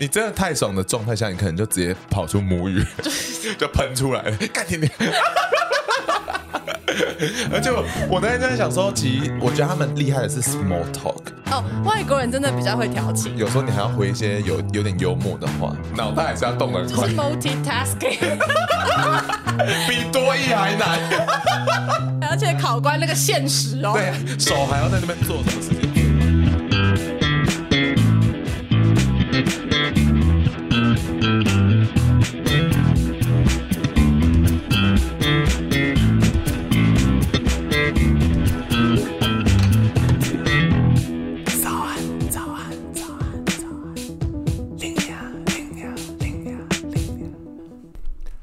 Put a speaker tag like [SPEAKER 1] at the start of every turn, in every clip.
[SPEAKER 1] 你真的太爽的状态下，你可能就直接跑出母语，就喷出来了，干甜甜。 而且我我那天就在想说，其实我觉得他们厉害的是 small talk，
[SPEAKER 2] 哦，外国人真的比较会调情，
[SPEAKER 1] 有时候你还要回一些有有点幽默的话，脑袋还是要动得很
[SPEAKER 2] 就
[SPEAKER 1] 快
[SPEAKER 2] 是，multitasking，
[SPEAKER 1] 比多艺还难。
[SPEAKER 2] 而且考官那个现实哦，
[SPEAKER 1] 对，手还要在那边做什么事情？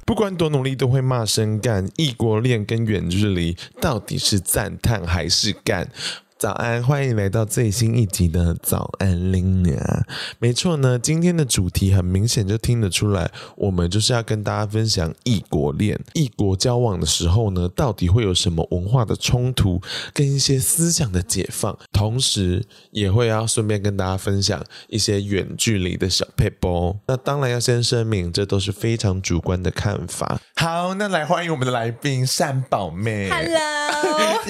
[SPEAKER 3] 不管多努力都会骂声干，异国恋跟远距离到底是赞叹还是干？早安，欢迎来到最新一集的早安林啊！没错呢，今天的主题很明显就听得出来，我们就是要跟大家分享异国恋、异国交往的时候呢，到底会有什么文化的冲突，跟一些思想的解放，同时也会要顺便跟大家分享一些远距离的小 p a p e 那当然要先声明，这都是非常主观的看法。
[SPEAKER 1] 好，那来欢迎我们的来宾山宝妹。
[SPEAKER 2] ，Hello，It's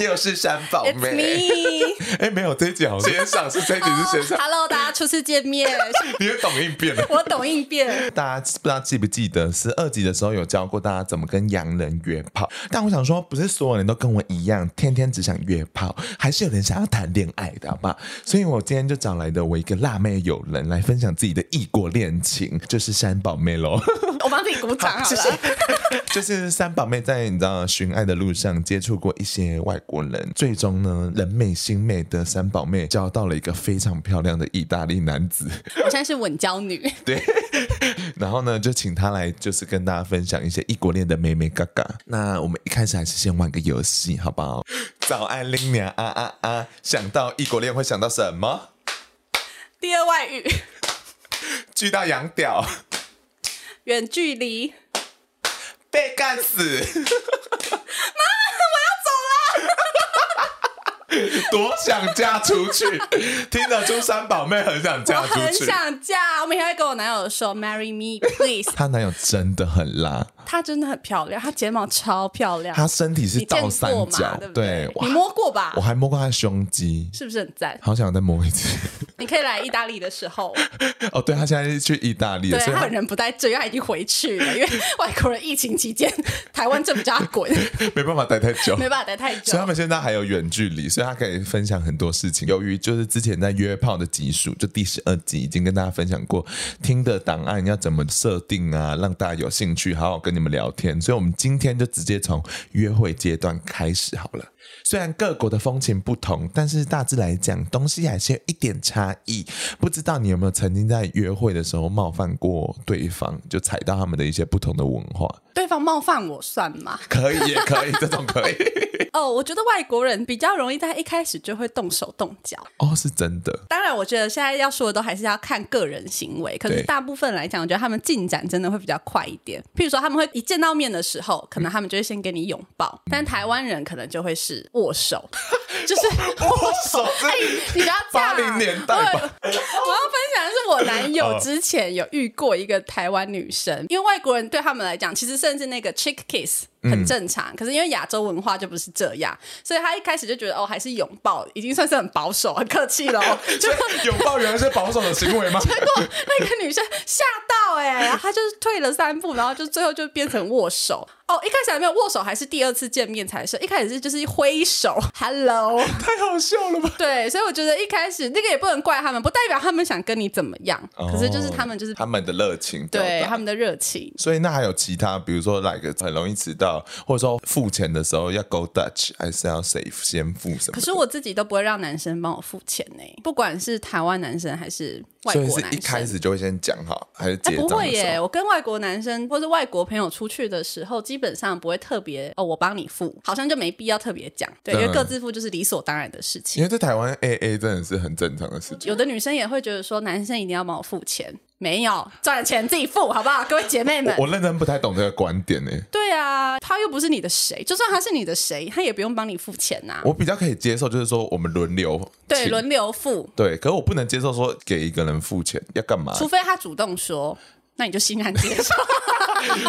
[SPEAKER 1] 又是山宝妹。
[SPEAKER 2] me，Hello，
[SPEAKER 1] 哎，没有这一集好像先上是这一集是先上，
[SPEAKER 2] 哦大家初次见面，
[SPEAKER 1] 你也懂应变了。
[SPEAKER 2] 我懂应变，
[SPEAKER 1] 大家不知道记不记得，十二集的时候有教过大家怎么跟洋人约炮。但我想说，不是所有人都跟我一样，天天只想约炮，还是有人想要谈恋爱的，好不好？所以我今天就找来的我一个辣妹友人来分享自己的异国恋情，就是山宝妹喽。
[SPEAKER 2] 我帮自己鼓掌好
[SPEAKER 1] 谢
[SPEAKER 2] 了
[SPEAKER 1] 谢。就是三宝妹在你知道寻爱的路上接触过一些外国人，最终呢，人美心美的三宝妹交到了一个非常漂亮的意大利男子，
[SPEAKER 2] 我现在是稳 交女，
[SPEAKER 1] 然后呢，就请他来就是跟大家分享一些异国恋的美美嘎嘎。那我们一开始还是先玩个游戏，好不好？ 早安，林娘啊啊啊！想到异国恋会想到什么？
[SPEAKER 2] 第二外语，
[SPEAKER 1] 巨大羊屌
[SPEAKER 2] 远距离，
[SPEAKER 1] 被干 死。妈， 我要走了。多想嫁出 去，听得出三宝妹很想
[SPEAKER 2] 我
[SPEAKER 1] 嫁出
[SPEAKER 2] 很
[SPEAKER 1] 去。
[SPEAKER 2] 想嫁，我每天会跟我男友说 marry me please，
[SPEAKER 1] 她男友真的很辣，
[SPEAKER 2] 她真的很漂亮，她睫毛超漂亮，
[SPEAKER 1] 她身体是
[SPEAKER 2] 你见
[SPEAKER 1] 倒三
[SPEAKER 2] 过嘛
[SPEAKER 1] 角，
[SPEAKER 2] 对不
[SPEAKER 1] 对
[SPEAKER 2] 你
[SPEAKER 1] 哇，
[SPEAKER 2] 摸过吧
[SPEAKER 1] 我？还摸过她的胸肌，
[SPEAKER 2] 是不是很赞？
[SPEAKER 1] 好想再摸一次。
[SPEAKER 2] 你可以来意大利的时候，
[SPEAKER 1] 哦，对，她现在是去意大利了，
[SPEAKER 2] 对
[SPEAKER 1] 所以
[SPEAKER 2] 他
[SPEAKER 1] 她
[SPEAKER 2] 本人不在这，因为他已经回去了，因为外国人疫情期间，台湾政府叫他滚，
[SPEAKER 1] 没办法待太久。
[SPEAKER 2] 没办法待太
[SPEAKER 1] 所以他
[SPEAKER 2] 久。
[SPEAKER 1] 们现在还有远距离，所以他可以分享很多事情。由于就是之前在约炮的集数，就第十二呃集已经跟大家分享过听的档案要怎么设定啊，让大家有兴趣好好跟你们聊天。所以我们今天就直接从约会阶段开始好了。虽然各国的风情不同，但是大致来讲，东西还是有一点差异。不知道你有没有曾经在约会的时候冒犯过对方，就踩到他们的一些不同的文化？
[SPEAKER 2] 对方冒犯我算吗？
[SPEAKER 1] 可以，也可以，这种可以。
[SPEAKER 2] 哦，我觉得外国人比较容易在一开始就会动手动脚。
[SPEAKER 1] 哦，是真的。
[SPEAKER 2] 当然，我觉得现在要说的都还是要看个人行为，可是
[SPEAKER 1] 对
[SPEAKER 2] 大部分来讲，我觉得他们进展真的会比较快一点。譬如说，他们会一见到面的时候，可能他们就会先给你拥抱，但台湾人可能就会是握手，就是
[SPEAKER 1] 握手是
[SPEAKER 2] 哎、你不要这样。啊
[SPEAKER 1] 80年代吧
[SPEAKER 2] 我 我要分享的是，我男友之前有遇过一个台湾女生，因为外国人对他们来讲，其实甚至那个 cheek kiss 很正常，可是因为亚洲文化就不是这样，所以他一开始就觉得哦，还是拥抱已经算是很保守、很客气了哦。就
[SPEAKER 1] 拥抱原来是保守的行 为吗？
[SPEAKER 2] 那个女生吓到哎、然后她就是退了三步，然后就最后就变成握手。哦，一开始还没有握手，还是第二次见面才是。一开始是就是挥手，hello，
[SPEAKER 1] 太好笑了吧！
[SPEAKER 2] 对，所以我觉得一开始那个也不能怪他们，不代表他们想跟你怎么样，可是就是他们就是
[SPEAKER 1] 他们的热情，
[SPEAKER 2] 对他。们的热情。
[SPEAKER 1] 所以那还有其他，比如说来个很容易迟到，或者说付钱的时候要 go Dutch，还是要 safe 先付什么的？
[SPEAKER 2] 可是我自己都不会让男生帮我付钱呢、不管是台湾男生还是外
[SPEAKER 1] 所以
[SPEAKER 2] 国
[SPEAKER 1] 是一
[SPEAKER 2] 男
[SPEAKER 1] 开
[SPEAKER 2] 生。
[SPEAKER 1] 始就会先讲好，还是
[SPEAKER 2] 哎、
[SPEAKER 1] 结账
[SPEAKER 2] 不
[SPEAKER 1] 的时候？
[SPEAKER 2] 会耶！我跟外国男生或是外国朋友出去的时候，基本上不会特别哦，我帮你付，好像就没必要特别讲，对，因为
[SPEAKER 1] 嗯
[SPEAKER 2] 各自付就是理所当然的事情
[SPEAKER 1] 因。为在台湾 A A 真的是很正常的事情。
[SPEAKER 2] 有的女生也会觉得说，男生一定要帮我付钱，没有赚了钱自己付，好不好？各位姐妹们，
[SPEAKER 1] 我认真不太懂这个观点呢、
[SPEAKER 2] 对啊，他又不是你的谁，就算他是你的谁，他也不用帮你付钱呐、
[SPEAKER 1] 我比较可以接受，就是说我们轮流
[SPEAKER 2] 对，
[SPEAKER 1] 请
[SPEAKER 2] 轮流付，
[SPEAKER 1] 对，可是我不能接受说给一个人付钱要干嘛？
[SPEAKER 2] 除非他主动说，那你就欣然接受。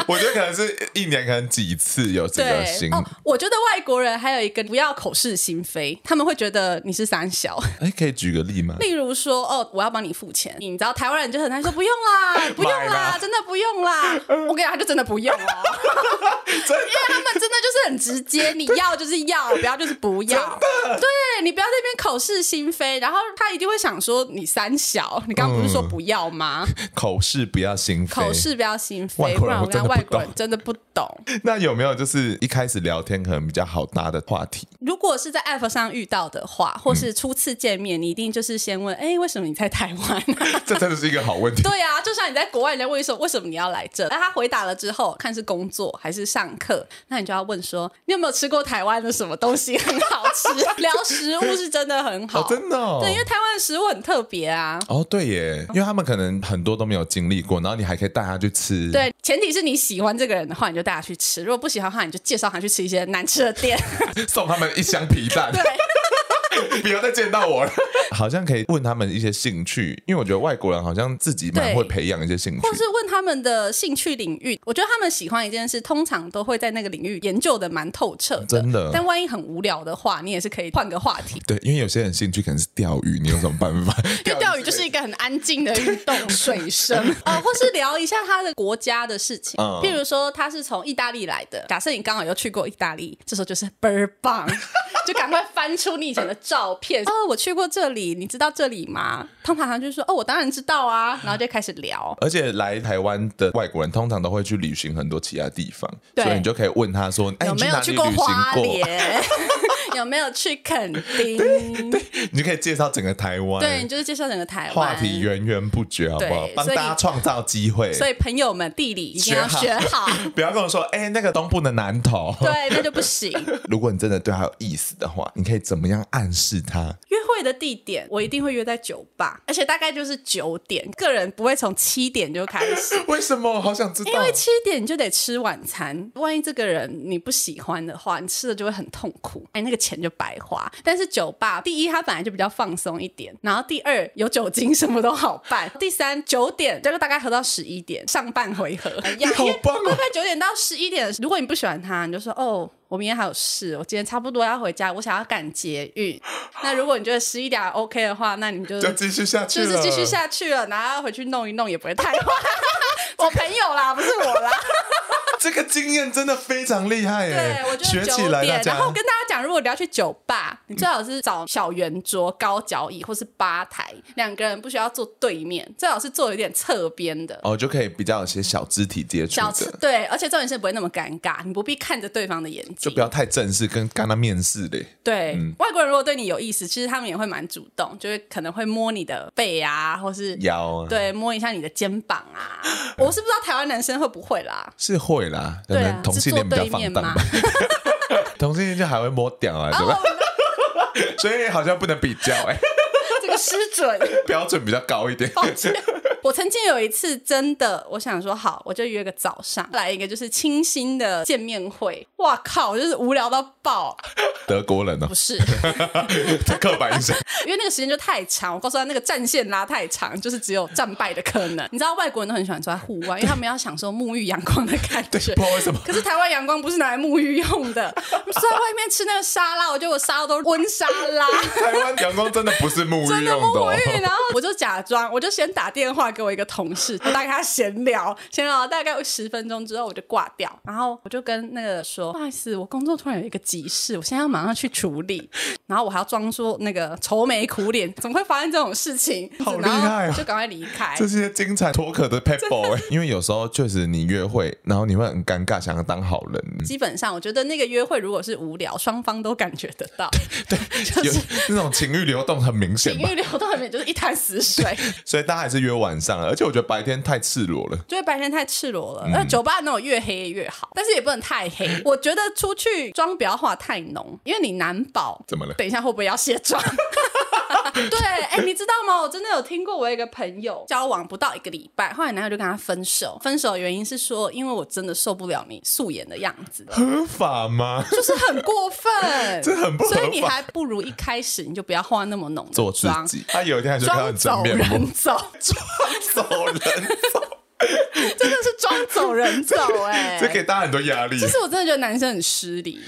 [SPEAKER 1] 我觉得可能是一年可能几次有 这个
[SPEAKER 2] 对
[SPEAKER 1] 心。
[SPEAKER 2] 哦，我觉得外国人还有一个不要口是心非，他们会觉得你是三 小。
[SPEAKER 1] 哎、可以举个例吗？
[SPEAKER 2] 例如说，哦，我要帮你付钱，你知道台湾人就很爱说不用啦，不 用
[SPEAKER 1] 买
[SPEAKER 2] 啦
[SPEAKER 1] 啦，
[SPEAKER 2] 真的不 用啦。我跟你讲，他就真的不用哦，因为他们真的就是很直接，你要就是 要，不要就是不要。对你不要在那边口是心非，然后他一定会想说你三小，你刚刚不是说不 要吗？
[SPEAKER 1] 口试不要心非。
[SPEAKER 2] 口是不要心
[SPEAKER 1] 外
[SPEAKER 2] 非，不
[SPEAKER 1] 国人
[SPEAKER 2] 然我
[SPEAKER 1] 我真
[SPEAKER 2] 跟
[SPEAKER 1] 的
[SPEAKER 2] 外
[SPEAKER 1] 不
[SPEAKER 2] 国人
[SPEAKER 1] 懂
[SPEAKER 2] 真的不懂。
[SPEAKER 1] 那有没有就是一开始聊天可能比较好搭的话题？
[SPEAKER 2] 如果是在 App 上遇到的话，或
[SPEAKER 1] 嗯
[SPEAKER 2] 是初次见面，你一定就是先问，哎，为什么你在台湾、
[SPEAKER 1] 这真的是一个好问题。
[SPEAKER 2] 对啊，就像你在国外，人家问你说为什么你要来
[SPEAKER 1] 嗯
[SPEAKER 2] 这，那他回答了之后，看是工作还是上课，那你就要问说你有没有吃过台湾的什么东西很好 吃？聊食物是真的很好，
[SPEAKER 1] 哦，真的、哦。
[SPEAKER 2] 对，因为台湾的食物很特别啊。
[SPEAKER 1] 哦，对耶，因为他们可能很多都没有经历过，然后你还可以带他去吃。，
[SPEAKER 2] 对，前提是你喜欢这个人的话，你就带他去吃；如果不喜欢的话，你就介绍他去吃一些难吃的 店。
[SPEAKER 1] 送他们一箱皮蛋。 不要再见到我了。好像可以问他们一些兴趣，因为我觉得外国人好像自己蛮
[SPEAKER 2] 对
[SPEAKER 1] 会培养一些兴趣。
[SPEAKER 2] 或是问他们的兴趣领域。我觉得他们喜欢一件事，通常都会在那个领域研究的蛮透彻的。
[SPEAKER 1] 真的
[SPEAKER 2] 但万一很无聊的话，你也是可以换个话题。
[SPEAKER 1] 对，因为有些人兴趣可能是钓鱼，你有什么办法？
[SPEAKER 2] 因为钓鱼就是一个很安静的运动，水 生啊、呃或是聊一下他的国家的事情，
[SPEAKER 1] 嗯
[SPEAKER 2] 譬如说他是从意大利来的，假设你刚好又去过意大利，这时候就是倍儿 棒，就赶快翻出你以前的照片。哦，我去过这里，你知道这里吗？通常他就说哦，我当然知道啊，然后就开始聊。
[SPEAKER 1] 而且来台湾的外国人通常都会去旅行很多其他地方，
[SPEAKER 2] 对
[SPEAKER 1] 所以你就可以问他说：“哎，
[SPEAKER 2] 有
[SPEAKER 1] 你
[SPEAKER 2] 没有
[SPEAKER 1] 哪
[SPEAKER 2] 去
[SPEAKER 1] 里
[SPEAKER 2] 过
[SPEAKER 1] 旅行
[SPEAKER 2] 花
[SPEAKER 1] 过？
[SPEAKER 2] 莲？ 有没有去垦丁？
[SPEAKER 1] 你就可以介绍整个台湾，
[SPEAKER 2] 对，你就是介绍整个台湾
[SPEAKER 1] 话题源源不绝，好不好
[SPEAKER 2] 对？
[SPEAKER 1] 帮
[SPEAKER 2] 所
[SPEAKER 1] 大
[SPEAKER 2] 以
[SPEAKER 1] 家创造机会。
[SPEAKER 2] 所以朋友们，地理一定要学
[SPEAKER 1] 学
[SPEAKER 2] 好，
[SPEAKER 1] 不要跟我说，哎、那个东部的南投。
[SPEAKER 2] 对，那就不行。
[SPEAKER 1] 如果你真的对他有意思的话，你可以怎么样暗示他？
[SPEAKER 2] 约会的地点，我一定会约在酒吧，而且大概就是九点，个人不会从七点就开始，
[SPEAKER 1] 为什么？我好想知道。
[SPEAKER 2] 因为七点你就得吃晚餐。万一这个人你不喜欢的话，你吃的就会很痛苦，哎，那个钱就白花。但是酒吧，第一它本来就比较放松一点，然后第二有酒精，什么都好办。第三九点这个大概喝到十一点，上半回合。哎 呀
[SPEAKER 1] 好棒哦
[SPEAKER 2] 因为大概九点到十一点，如果你不喜欢他，你就说哦。我明天还有事，我今天差不多要回家，我想要赶捷运。那如果你觉得十一点 OK 的话，那你就
[SPEAKER 1] 就继续下去
[SPEAKER 2] 就
[SPEAKER 1] 了，
[SPEAKER 2] 是继续。下去了，然后回去弄一弄也不会太 坏。我朋友啦，不是我啦。
[SPEAKER 1] 这个经验真的非常厉害耶！
[SPEAKER 2] 对，我觉
[SPEAKER 1] 学
[SPEAKER 2] 得
[SPEAKER 1] 起
[SPEAKER 2] 九
[SPEAKER 1] 来大
[SPEAKER 2] 点。
[SPEAKER 1] 家
[SPEAKER 2] 然后跟大家讲，如果你要去酒吧，你最好是找小圆桌、高脚椅或是吧台，两个人不需要坐对面，最好是坐有点侧边的。
[SPEAKER 1] 哦，就可以比较有些小肢体接触
[SPEAKER 2] 小
[SPEAKER 1] 的，
[SPEAKER 2] 对，而且重点是不会那么尴尬，你不必看着对方的眼睛。
[SPEAKER 1] 就不要太正式，跟跟他面试嘞。
[SPEAKER 2] 对、外国人如果对你有意思，其实他们也会蛮主动，就是可能会摸你的背啊，或是
[SPEAKER 1] 腰啊，
[SPEAKER 2] 对摸一下你的肩膀啊。 我是不知道台湾男生会不会啦，
[SPEAKER 1] 是会啦，可
[SPEAKER 2] 对啊
[SPEAKER 1] 能同性恋比较放荡吧。 同性恋就还会摸屌啊，
[SPEAKER 2] 哦
[SPEAKER 1] 对吧？所以好像不能比较哎、
[SPEAKER 2] 这个失准。
[SPEAKER 1] 标准比较高一点。
[SPEAKER 2] 抱歉， 我曾经有一次真的，我想说好，我就约个早上来一个就是清新的见面会。哇靠，我就是无聊到爆，
[SPEAKER 1] 德国人哦
[SPEAKER 2] 不，是，
[SPEAKER 1] 刻板印象。
[SPEAKER 2] 因为那个时间就太长，我告诉他那个战线拉太长，就是只有战败的可能。你知道外国人都很喜欢坐在户外，因为他们要享受沐浴阳光的感
[SPEAKER 1] 对，
[SPEAKER 2] 觉
[SPEAKER 1] 不知。道为什么。
[SPEAKER 2] 可是台湾阳光不是拿来沐浴用的，我坐在外面吃那个沙拉，我觉得我沙拉都是温沙拉。
[SPEAKER 1] 台湾阳光真的不是沐
[SPEAKER 2] 真
[SPEAKER 1] 浴
[SPEAKER 2] 的
[SPEAKER 1] 用的、
[SPEAKER 2] 沐
[SPEAKER 1] 哦，
[SPEAKER 2] 浴，然后我就假装，我就先打电话给我一个同事，我大概跟他闲聊，闲聊大概十分钟之后我就挂掉，然后我就跟那个说，不好意思，我工作突然有一个急事，我现在要马上去处理，然后我还要装作那个愁眉苦脸，怎么会发生这种事情？
[SPEAKER 1] 好厉
[SPEAKER 2] 然后
[SPEAKER 1] 害哦
[SPEAKER 2] 就赶快离开
[SPEAKER 1] 这。些精彩脱壳的 people 哎、因为有时候确实你约会，然后你会很尴尬，想要当好人，
[SPEAKER 2] 基本上，我觉得那个约会如果是无聊，双方都感觉得 到，
[SPEAKER 1] 有那种情欲流动很明显
[SPEAKER 2] 情
[SPEAKER 1] 吧，
[SPEAKER 2] 欲流动很明就是一滩死水。
[SPEAKER 1] 所以大家还是约晚上了，而且我觉得白天太赤裸了。
[SPEAKER 2] 就是白天太赤裸
[SPEAKER 1] 嗯
[SPEAKER 2] 了，那、酒吧那种越黑越好，但是也不能太 黑。我觉得出去妆不要化太浓，因为你难保
[SPEAKER 1] 怎么了
[SPEAKER 2] 等一下会不会要卸妆？ 对，哎、你知道吗？我真的有听过，我有一个朋友交往不到一个礼拜，后来男友就跟他分手。分手的原因是说，因为我真的受不了你素颜的样子，
[SPEAKER 1] 合法吗？
[SPEAKER 2] 就是很过分，
[SPEAKER 1] 这很不合法
[SPEAKER 2] 所以你还不如一开始你就不要化那么浓的
[SPEAKER 1] 做自
[SPEAKER 2] 妆，
[SPEAKER 1] 己，他有一天还是看到
[SPEAKER 2] 装
[SPEAKER 1] 你真
[SPEAKER 2] 走
[SPEAKER 1] 面目
[SPEAKER 2] 人，走，
[SPEAKER 1] 走 人，
[SPEAKER 2] 真的是装走人走、 哎，
[SPEAKER 1] 这给大家很多压力
[SPEAKER 2] 其。实我真的觉得男生很失礼。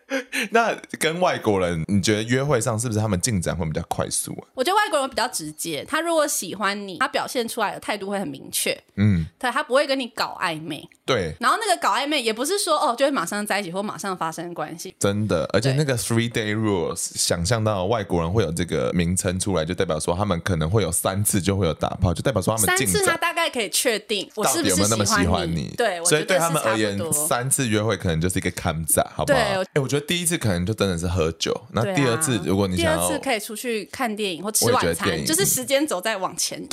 [SPEAKER 1] 那跟外国人，你觉得约会上是不是他们进展会比较快速啊？
[SPEAKER 2] 我觉得外国人比较直接，他如果喜欢你，他表现出来的态度会很明确，
[SPEAKER 1] 嗯，
[SPEAKER 2] 他他不会跟你搞暧昧。
[SPEAKER 1] 对，
[SPEAKER 2] 然后那个搞暧昧也不是说哦就会马上在一起或马上发生关系，
[SPEAKER 1] 真的，而且
[SPEAKER 2] 对
[SPEAKER 1] 那个 three day rules，想象到外国人会有这个名称出来，就代表说他们可能会有三次就会有打炮，就代表说他们
[SPEAKER 2] 三
[SPEAKER 1] 进
[SPEAKER 2] 次他
[SPEAKER 1] 展。
[SPEAKER 2] 大概可以确定我
[SPEAKER 1] 到
[SPEAKER 2] 是
[SPEAKER 1] 底
[SPEAKER 2] 不
[SPEAKER 1] 有
[SPEAKER 2] 是
[SPEAKER 1] 没有那么
[SPEAKER 2] 喜
[SPEAKER 1] 欢
[SPEAKER 2] 你。对，我
[SPEAKER 1] 所以
[SPEAKER 2] 觉得
[SPEAKER 1] 对他
[SPEAKER 2] 是
[SPEAKER 1] 们
[SPEAKER 2] 差
[SPEAKER 1] 而
[SPEAKER 2] 不
[SPEAKER 1] 言，
[SPEAKER 2] 多
[SPEAKER 1] 三次约会可能就是一个看炸，好不好？
[SPEAKER 2] 对我
[SPEAKER 1] 哎、我觉得第一次可能就真的是喝酒，那
[SPEAKER 2] 对啊
[SPEAKER 1] 第二次如果你
[SPEAKER 2] 第
[SPEAKER 1] 想
[SPEAKER 2] 二
[SPEAKER 1] 要，
[SPEAKER 2] 次可以出去看电影或吃
[SPEAKER 1] 我也觉得
[SPEAKER 2] 晚
[SPEAKER 1] 电
[SPEAKER 2] 餐，
[SPEAKER 1] 影嗯
[SPEAKER 2] 就是时间轴在往前移，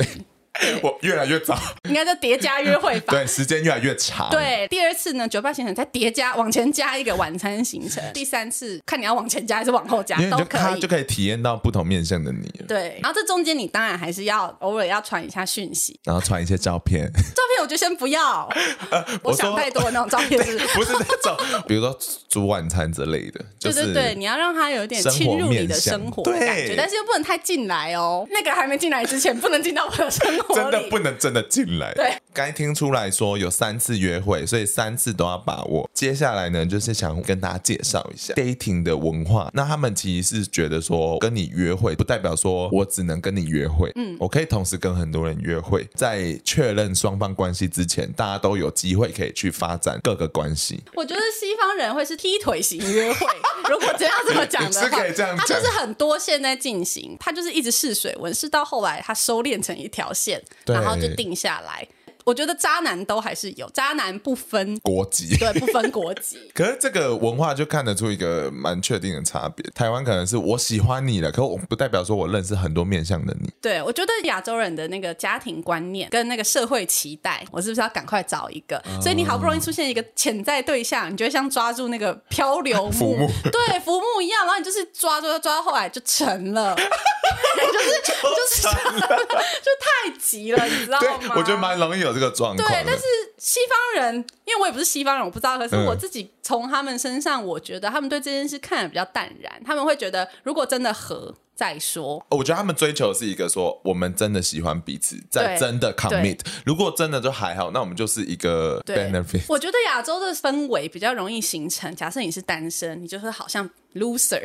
[SPEAKER 1] 我越来越 早，
[SPEAKER 2] 应该叫叠加约 会法。
[SPEAKER 1] 对，时间越来越长，
[SPEAKER 2] 对，第二次呢，酒吧行程再叠加往前加一个晚餐 行程，第三次看你要往前加还是往后加
[SPEAKER 1] 因为你
[SPEAKER 2] 啊都
[SPEAKER 1] 就
[SPEAKER 2] 可
[SPEAKER 1] 他
[SPEAKER 2] 以
[SPEAKER 1] 就。可以体验到不同面向的你了，
[SPEAKER 2] 对，然后这中间你当然还是要偶尔要传一下 讯息，
[SPEAKER 1] 然后传一些照片，
[SPEAKER 2] 照片我就先不要，我
[SPEAKER 1] 呃我说
[SPEAKER 2] 想太多的那种照片 是
[SPEAKER 1] 不是那种，比如说煮晚餐之类的，就
[SPEAKER 2] 对
[SPEAKER 1] 是
[SPEAKER 2] 对对，你要让他有点
[SPEAKER 1] 生活
[SPEAKER 2] 侵入你
[SPEAKER 1] 面
[SPEAKER 2] 的
[SPEAKER 1] 向
[SPEAKER 2] 生活的感觉，
[SPEAKER 1] 对
[SPEAKER 2] 但是又不能太进来哦。那个还没进来之前，不能进到我的生活里。
[SPEAKER 1] 真的不能真的进来。
[SPEAKER 2] 对，
[SPEAKER 1] 刚才听出来说有三次约会，所以三次都要把握。接下来呢，就是想跟大家介绍一下 dating 的文化。那他们其实是觉得说，跟你约会不代表说我只能跟你约会，嗯，我可以同时跟很多人约会。在确认双方关系之前，大家都有机会可以去发展各个关系。
[SPEAKER 2] 我觉得西方人会是踢腿型约会，如果真要这么讲的 话，
[SPEAKER 1] 是可以这样
[SPEAKER 2] 他
[SPEAKER 1] 讲
[SPEAKER 2] 就是很多线在进行，他就是一直试水温，试到后来他收敛成一条线，
[SPEAKER 1] 对
[SPEAKER 2] 然后就定下来。我觉得渣男都还是有，渣男不分，
[SPEAKER 1] 国籍。。
[SPEAKER 2] 对，不分国籍
[SPEAKER 1] 可是这个文化就看得出一个蛮确定的差别。台湾可能是我喜欢你了，可我不代表说我认识很多面向的你。
[SPEAKER 2] 对，我觉得亚洲人的那个家庭观念跟那个社会期待，我是不是要赶快找一个？所以你好不
[SPEAKER 1] 嗯
[SPEAKER 2] 容易出现一个潜在对象，你就会像抓住那个漂流
[SPEAKER 1] 浮木
[SPEAKER 2] 对浮木一样，然后你就是抓抓抓，后来就沉了，就是就是就太急了，你知道
[SPEAKER 1] 对
[SPEAKER 2] 吗？，
[SPEAKER 1] 我觉得蛮容易有这个状况的。
[SPEAKER 2] 对，但是西方人，因为我也不是西方人，我不知道。可是
[SPEAKER 1] 嗯
[SPEAKER 2] 我自己从他们身上，我觉得他们对这件事看得比较淡然，他们会觉得如果真的合再说。
[SPEAKER 1] 我觉得他们追求是一个说，我们真的喜欢彼此，在
[SPEAKER 2] 对
[SPEAKER 1] 真的 commit。如果真的就还好，那我们就是一个
[SPEAKER 2] 对
[SPEAKER 1] benefit。
[SPEAKER 2] 我觉得亚洲的氛围比较容易形成。假设你是单身，你就是好像 loser，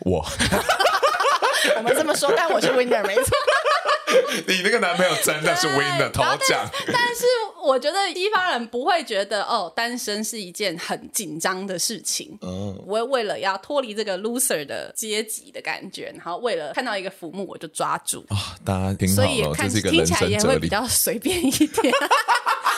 [SPEAKER 1] 我，
[SPEAKER 2] 我们这么说，但我是 winner，没错。
[SPEAKER 1] 你那个男朋友真的是
[SPEAKER 2] 对
[SPEAKER 1] winner 头
[SPEAKER 2] 然后但
[SPEAKER 1] 奖。
[SPEAKER 2] 但是我觉得西方人不会觉得哦，单身是一件很紧张的事情，
[SPEAKER 1] 嗯
[SPEAKER 2] 不会为了要脱离这个 loser 的阶级的感觉，然后为了看到一个浮木我就抓住，
[SPEAKER 1] 啊，大家听好
[SPEAKER 2] 所以
[SPEAKER 1] 了，
[SPEAKER 2] 看
[SPEAKER 1] 这是一个
[SPEAKER 2] 听
[SPEAKER 1] 人
[SPEAKER 2] 起来
[SPEAKER 1] 生
[SPEAKER 2] 也
[SPEAKER 1] 哲
[SPEAKER 2] 会比
[SPEAKER 1] 理。
[SPEAKER 2] 较随便一点。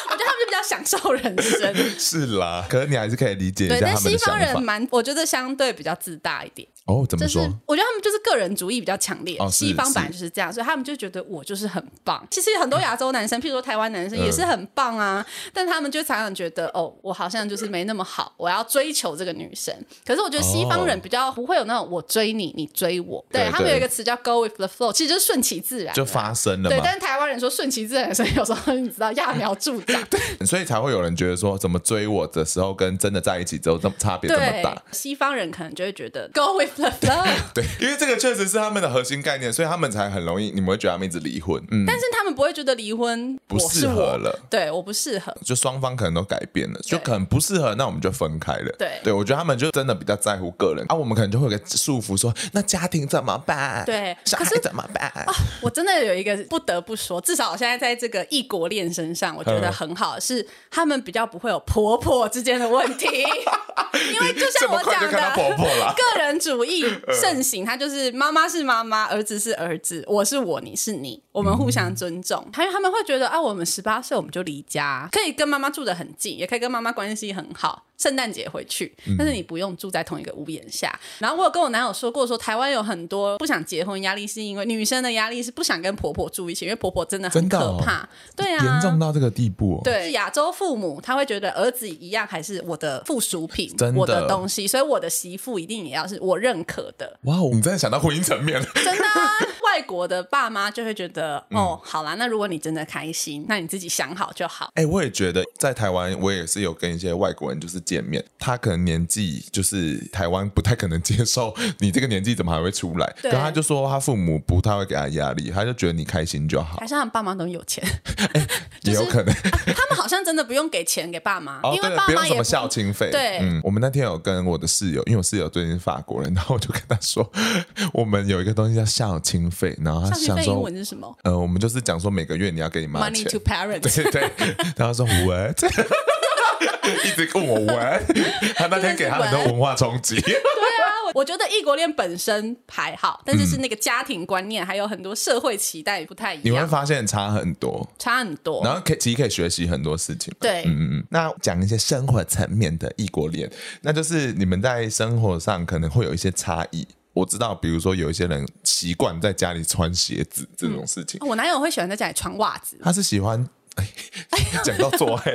[SPEAKER 2] 我觉得他们就比较享受人生，
[SPEAKER 1] 是啦，可是你还是可以理解一
[SPEAKER 2] 对，
[SPEAKER 1] 下
[SPEAKER 2] 但
[SPEAKER 1] 他们
[SPEAKER 2] 西
[SPEAKER 1] 的
[SPEAKER 2] 方
[SPEAKER 1] 想
[SPEAKER 2] 人
[SPEAKER 1] 法。
[SPEAKER 2] 蛮，我觉得相对比较自大一点。
[SPEAKER 1] 哦，怎么
[SPEAKER 2] 就是
[SPEAKER 1] 说？
[SPEAKER 2] 我觉得他们就是个人主义比较强烈，
[SPEAKER 1] 哦是
[SPEAKER 2] 西方
[SPEAKER 1] 是
[SPEAKER 2] 本来就是这样，所以他们就觉得我就是很棒。其实很多亚洲男生，譬如说台湾
[SPEAKER 1] 嗯
[SPEAKER 2] 男生也是很棒啊，但他们就常常觉得哦，我好像就是没那么好，我要追求这个女生。可是我觉得西方人比较不会有那种我追你，你追我，对
[SPEAKER 1] 哦对
[SPEAKER 2] 他们有
[SPEAKER 1] 对
[SPEAKER 2] 一个词叫 go with the flow，其实就是顺其自然。
[SPEAKER 1] 就发生了
[SPEAKER 2] 对，
[SPEAKER 1] 嘛，
[SPEAKER 2] 但是台湾人说顺其自然，所以有时候你知道揠苗助 长。
[SPEAKER 1] 所以才会有人觉得说，怎么追我的时候跟真的在一起之后，这么差别这么
[SPEAKER 2] 对
[SPEAKER 1] 大。，
[SPEAKER 2] 西方人可能就会觉得 go with the flow。
[SPEAKER 1] 对，因为这个确实是他们的核心概念，所以他们才很容易，你们会觉得他们一直离婚，嗯，
[SPEAKER 2] 但是他们不会觉得离婚
[SPEAKER 1] 不
[SPEAKER 2] 我是
[SPEAKER 1] 适合
[SPEAKER 2] 我
[SPEAKER 1] 了，
[SPEAKER 2] 对，我不适合。
[SPEAKER 1] 就双方可能都改变了，就可能不适合，那我们就分开了。
[SPEAKER 2] 对
[SPEAKER 1] 对我觉得他们就真的比较在乎个人，啊，我们可能就会有个束缚说，那家庭怎么办？
[SPEAKER 2] 对
[SPEAKER 1] 小
[SPEAKER 2] 可
[SPEAKER 1] 孩
[SPEAKER 2] 是哦
[SPEAKER 1] 怎么办？
[SPEAKER 2] 我真的有一个不得不说，至少我现在在这个异国恋身上，我觉得
[SPEAKER 1] 嗯
[SPEAKER 2] 很好，是他们比较不会有婆婆之间的问 题，因为啊就
[SPEAKER 1] 这
[SPEAKER 2] 像
[SPEAKER 1] 么
[SPEAKER 2] 我
[SPEAKER 1] 快就
[SPEAKER 2] 讲
[SPEAKER 1] 看到婆
[SPEAKER 2] 的。
[SPEAKER 1] 婆了。
[SPEAKER 2] 个人主义
[SPEAKER 1] 嗯
[SPEAKER 2] 盛行，他就是妈妈是妈妈，儿子是儿子，我是我，你是你，我们互相尊
[SPEAKER 1] 嗯
[SPEAKER 2] 重。还有他们会觉得啊，我们十八岁我们就离家，可以跟妈妈住得很近，也可以跟妈妈关系很好，圣诞节回去，
[SPEAKER 1] 嗯
[SPEAKER 2] 但是你不用住在同一个屋檐下。然后我有跟我男友说过说台湾有很多不想结婚压力，是因为女生的压力是不想跟婆婆住一起，因为婆婆真的很
[SPEAKER 1] 真的
[SPEAKER 2] 可
[SPEAKER 1] 哦
[SPEAKER 2] 怕。对 啊，
[SPEAKER 1] 严重到这个地步、哦。，
[SPEAKER 2] 对，亚洲父母他会觉得儿子一样还是我的附属品，
[SPEAKER 1] 真的
[SPEAKER 2] 我的东西，所以我的媳妇一定也要是我认可 的。
[SPEAKER 1] 哇哦，你真的想到婚姻层面了。
[SPEAKER 2] 真的啊、外国的爸妈就会觉得，
[SPEAKER 1] 嗯
[SPEAKER 2] 哦，好啦，那如果你真的开心，那你自己想好就好。
[SPEAKER 1] 哎、我也觉得在台湾，我也是有跟一些外国人就是见面，他可能年纪就是台湾不太可能接受你这个年纪怎么还会出来，
[SPEAKER 2] 对
[SPEAKER 1] 然后他就说他父母不太会给他压力，他就觉得你开心就好，
[SPEAKER 2] 还是他们爸妈都有钱，
[SPEAKER 1] 也有可能。
[SPEAKER 2] 他们好像真的不用给钱给爸妈，
[SPEAKER 1] 哦，
[SPEAKER 2] 因
[SPEAKER 1] 对了，
[SPEAKER 2] 为爸
[SPEAKER 1] 不用
[SPEAKER 2] 妈
[SPEAKER 1] 什
[SPEAKER 2] 也
[SPEAKER 1] 么孝亲费。
[SPEAKER 2] 对
[SPEAKER 1] 嗯，我们那天有跟我的室友，因为我室友最近是法国人，然后我就跟他说，我们有一个东西叫孝亲费，然后他
[SPEAKER 2] 上学
[SPEAKER 1] 想
[SPEAKER 2] 费英
[SPEAKER 1] 说
[SPEAKER 2] 文，是什么
[SPEAKER 1] 呃，我们就是讲说每个月你要给你妈
[SPEAKER 2] ？Money
[SPEAKER 1] 钱
[SPEAKER 2] to，parents，
[SPEAKER 1] 对对，然后他说 what，一直跟我玩， 他那天给他很多文化冲击。
[SPEAKER 2] 对啊，我我觉得异国恋本身还好，但
[SPEAKER 1] 嗯
[SPEAKER 2] 是是那个家庭观念还有很多社会期待不太一
[SPEAKER 1] 你会
[SPEAKER 2] 样，
[SPEAKER 1] 发现差很多，
[SPEAKER 2] 差很多。
[SPEAKER 1] 然后可以其实可以学习很多事情。
[SPEAKER 2] 对，
[SPEAKER 1] 嗯，那讲一些生活层面的异国恋，那就是你们在生活上可能会有一些差异。我知道，比如说有一些人习惯在家里穿鞋子这种事情，，
[SPEAKER 2] 哦我男友会喜欢在家里穿袜子
[SPEAKER 1] 他是喜欢。哎 讲到做 爱，